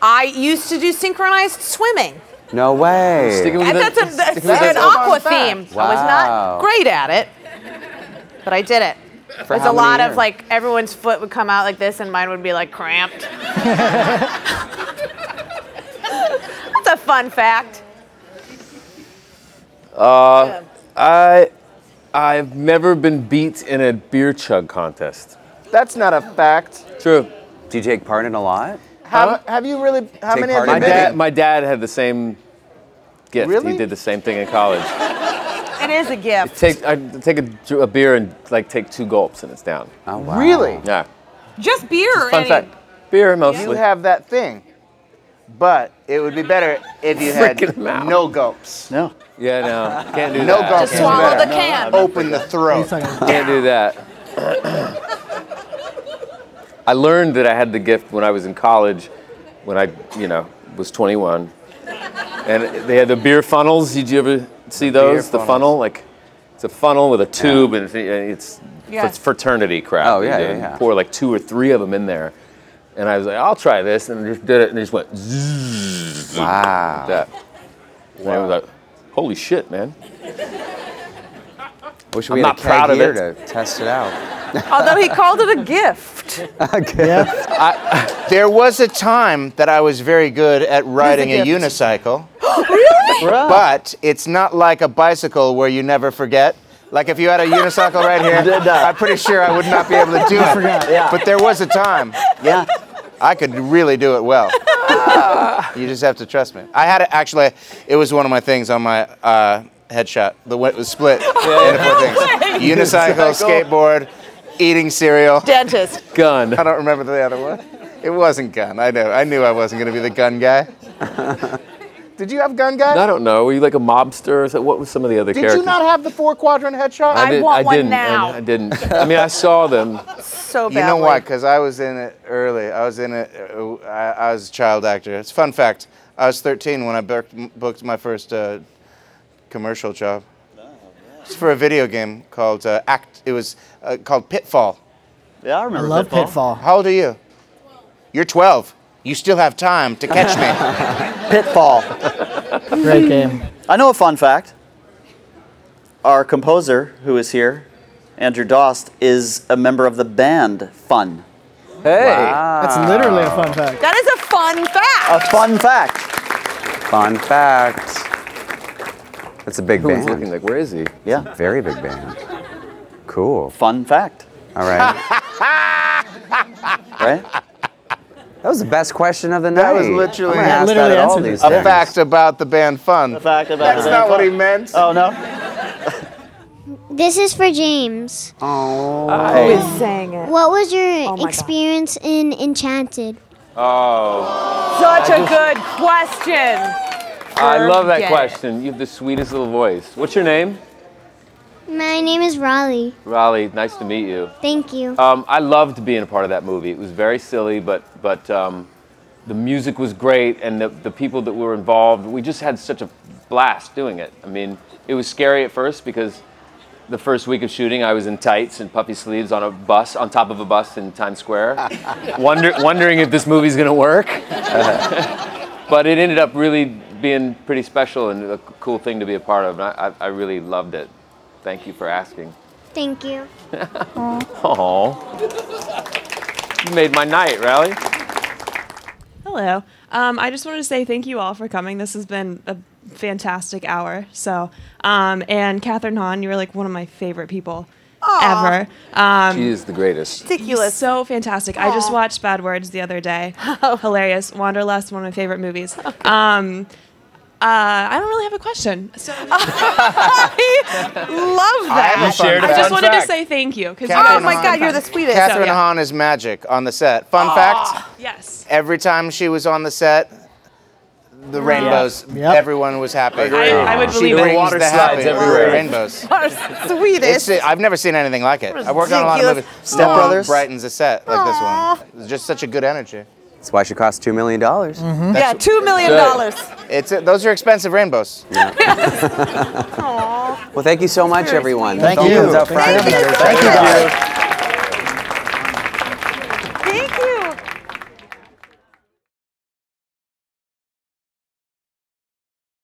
[SPEAKER 9] I used to do synchronized swimming.
[SPEAKER 3] No way.
[SPEAKER 9] And that's, a, that's
[SPEAKER 3] Sticking with
[SPEAKER 9] an
[SPEAKER 3] that-
[SPEAKER 9] aqua
[SPEAKER 3] Fun fact.
[SPEAKER 9] theme. I was
[SPEAKER 3] Wow.
[SPEAKER 9] not great at it, but I did it.
[SPEAKER 3] For
[SPEAKER 9] There's
[SPEAKER 3] how
[SPEAKER 9] a lot
[SPEAKER 3] many
[SPEAKER 9] of
[SPEAKER 3] years?
[SPEAKER 9] like everyone's foot would come out like this, and mine would be like cramped. that's a fun fact.
[SPEAKER 11] Uh, I, I've never been beat in a beer chug contest.
[SPEAKER 10] That's not a fact.
[SPEAKER 11] True.
[SPEAKER 3] Do you take part in a lot?
[SPEAKER 10] How, have you really? How
[SPEAKER 11] Take
[SPEAKER 10] many
[SPEAKER 11] part
[SPEAKER 10] have you
[SPEAKER 11] in
[SPEAKER 10] been
[SPEAKER 11] it?
[SPEAKER 10] in?
[SPEAKER 11] my dad, my dad had the same gift.
[SPEAKER 10] Really?
[SPEAKER 11] He did the same thing in college.
[SPEAKER 9] It is a gift.
[SPEAKER 11] Take I take a, dr- a beer and like take two gulps and it's down. Oh
[SPEAKER 9] wow. Really?
[SPEAKER 11] Yeah.
[SPEAKER 9] Just beer. or
[SPEAKER 11] Fun
[SPEAKER 9] any-
[SPEAKER 11] fact. Beer mostly.
[SPEAKER 10] You have that thing, but it would be better if you had
[SPEAKER 11] Freaking
[SPEAKER 10] no gulps.
[SPEAKER 15] No.
[SPEAKER 11] Yeah, no. Can't do
[SPEAKER 10] no
[SPEAKER 11] that.
[SPEAKER 10] gulps. is better.
[SPEAKER 11] Oh.
[SPEAKER 10] Open the throat.
[SPEAKER 11] Can't do that. I learned that I had the gift when I was in college, when I, you know, was 21. And they had the beer funnels. Did you ever see
[SPEAKER 12] beer
[SPEAKER 11] those? The
[SPEAKER 12] funnels.
[SPEAKER 11] funnel, like it's a funnel with a tube, and it's- it's
[SPEAKER 12] Yeah.
[SPEAKER 11] it's fraternity crap.
[SPEAKER 12] Oh, yeah,
[SPEAKER 11] You
[SPEAKER 12] yeah,
[SPEAKER 11] do-
[SPEAKER 12] yeah.
[SPEAKER 11] Pour like two or three of them in there, and I was like, I'll try this, and I just did it, and it just went. Zzzz,
[SPEAKER 15] Ah.
[SPEAKER 3] wow.
[SPEAKER 11] Like that. And I was like, holy shit, man.
[SPEAKER 3] Wish
[SPEAKER 11] I'm
[SPEAKER 3] we had
[SPEAKER 11] not
[SPEAKER 3] a keg
[SPEAKER 11] proud of
[SPEAKER 3] here
[SPEAKER 11] it.
[SPEAKER 3] to test it out.
[SPEAKER 9] Although he called it a gift.
[SPEAKER 10] I, there was a time that I was very good at riding a,
[SPEAKER 9] gift.
[SPEAKER 10] unicycle,
[SPEAKER 9] really?
[SPEAKER 10] but it's not like a bicycle where you never forget. Like if you had a unicycle right here, I'm pretty sure I would not be able to do
[SPEAKER 15] You
[SPEAKER 10] it.
[SPEAKER 15] forgot, yeah.
[SPEAKER 10] But there was a time.
[SPEAKER 15] Yeah.
[SPEAKER 10] I could really do it well. you just have to trust me. I had it actually. It was one of my things on my uh, headshot. The it was split
[SPEAKER 11] Yeah.
[SPEAKER 10] into four things:
[SPEAKER 9] No way.
[SPEAKER 10] unicycle,
[SPEAKER 9] Unicycle.
[SPEAKER 10] skateboard, eating cereal.
[SPEAKER 9] Dentist.
[SPEAKER 11] Gun.
[SPEAKER 10] I don't remember the other one. It wasn't gun. I know. I knew I wasn't going to be the gun guy. Did you have gun guy?
[SPEAKER 11] I don't know. Were you like a mobster? Or so- what was some of the other
[SPEAKER 10] Did
[SPEAKER 11] characters?
[SPEAKER 10] you not have the four quadrant headshot?
[SPEAKER 11] did- didn't. I- I, didn't. I mean, I saw them.
[SPEAKER 9] so
[SPEAKER 10] You know why? Because I was in it early. I was in it. uh, I, I was a child actor. It's a fun fact. I was 13 when I booked, booked my first uh, commercial job. It's for a video game called uh, Act. It was uh, called Pitfall.
[SPEAKER 15] Yeah, I remember. Pitfall.
[SPEAKER 10] How old are you? You're 12. You still have time to catch me.
[SPEAKER 15] Pitfall.
[SPEAKER 10] Great game.
[SPEAKER 15] I know a fun fact. Our composer, who is here, Andrew Dost, is a member of the band Fun.
[SPEAKER 11] Hey.
[SPEAKER 1] That's literally a fun fact.
[SPEAKER 9] That is a fun fact.
[SPEAKER 15] A fun fact.
[SPEAKER 3] Fun fact. That's a big
[SPEAKER 15] Who was
[SPEAKER 3] band.
[SPEAKER 15] looking
[SPEAKER 11] like, where is he?
[SPEAKER 15] Yeah.
[SPEAKER 3] Very big band. Cool.
[SPEAKER 15] Fun fact.
[SPEAKER 3] All right.
[SPEAKER 15] right?
[SPEAKER 3] That was the best question of the night.
[SPEAKER 10] That was literally
[SPEAKER 3] I'm gonna ask that at all these
[SPEAKER 10] a
[SPEAKER 3] things.
[SPEAKER 10] fact about the band Fun.
[SPEAKER 15] fact about
[SPEAKER 10] That's
[SPEAKER 15] the
[SPEAKER 10] not
[SPEAKER 15] band
[SPEAKER 10] what he
[SPEAKER 15] Fun.
[SPEAKER 10] meant.
[SPEAKER 15] Oh no.
[SPEAKER 19] This is for James.
[SPEAKER 3] Oh.
[SPEAKER 19] Who is
[SPEAKER 9] saying it? Oh
[SPEAKER 19] What was your
[SPEAKER 9] my God.
[SPEAKER 19] experience in Enchanted?
[SPEAKER 11] Oh.
[SPEAKER 9] Such
[SPEAKER 11] I
[SPEAKER 9] a
[SPEAKER 11] just-
[SPEAKER 9] good question.
[SPEAKER 11] I love that
[SPEAKER 19] Yeah.
[SPEAKER 11] question. You have the sweetest little voice. What's your name?
[SPEAKER 19] My name is Raleigh.
[SPEAKER 11] Raleigh. Nice to meet you.
[SPEAKER 19] Thank you.
[SPEAKER 11] Um, I loved being a part of that movie. It was very silly, but but um, the music was great, and the, the people that were involved, we just had such a blast doing it. I mean, it was scary at first because the first week of shooting, I was in tights and puffy sleeves on a bus, on top of a bus in Times Square, wonder, wondering if this movie's gonna work. but it ended up really being pretty special and a cool thing to be a part of, and I, I, I really loved it. Thank you for asking.
[SPEAKER 19] Thank you.
[SPEAKER 11] Aw. You made my night, Rally.
[SPEAKER 20] Hello. Um, I just wanted to say thank you all for coming. This has been a fantastic hour. So, um, and Catherine Hahn, you were like one of my favorite people ever. Um,
[SPEAKER 11] she is the greatest.
[SPEAKER 20] Ridiculous. So fantastic. I just watched Bad Words the other day. Hilarious. Wanderlust, one of my favorite movies. Um, uh, I don't really have a question. So I love
[SPEAKER 10] I have
[SPEAKER 20] that.
[SPEAKER 10] a fun
[SPEAKER 20] I just
[SPEAKER 10] fact.
[SPEAKER 20] wanted to Oh
[SPEAKER 10] fact.
[SPEAKER 20] say thank you. 'cause you
[SPEAKER 10] Catherine
[SPEAKER 20] guys-
[SPEAKER 10] Hahn- Catherine Hahn is magic on the set. Fun
[SPEAKER 20] Aw.
[SPEAKER 10] fact.
[SPEAKER 20] Ah, Yes.
[SPEAKER 10] Every time she was on the set, the
[SPEAKER 20] Yeah.
[SPEAKER 10] rainbows. Everyone was happy.
[SPEAKER 20] Agreed. I- I would
[SPEAKER 10] she
[SPEAKER 20] believe it.
[SPEAKER 10] brings
[SPEAKER 20] There were water
[SPEAKER 10] the
[SPEAKER 20] slides
[SPEAKER 10] happy-
[SPEAKER 11] everywhere.
[SPEAKER 10] the Rainbows.
[SPEAKER 9] Swedish.
[SPEAKER 10] It's, I've never seen anything like it. I worked on a lot of
[SPEAKER 9] Ridiculous.
[SPEAKER 10] movies. Step
[SPEAKER 9] Aw.
[SPEAKER 10] Brothers brightens the set like this one. It's just such a good energy.
[SPEAKER 3] That's why she costs $2 million.
[SPEAKER 10] That's-
[SPEAKER 9] Yeah, two million
[SPEAKER 10] Good.
[SPEAKER 9] dollars.
[SPEAKER 10] It's those are expensive rainbows.
[SPEAKER 3] well, thank you so much, everyone.
[SPEAKER 10] Thank
[SPEAKER 3] The film
[SPEAKER 10] you.
[SPEAKER 3] comes out
[SPEAKER 10] Thank
[SPEAKER 3] Friday.
[SPEAKER 10] you.
[SPEAKER 3] Thank you, guys.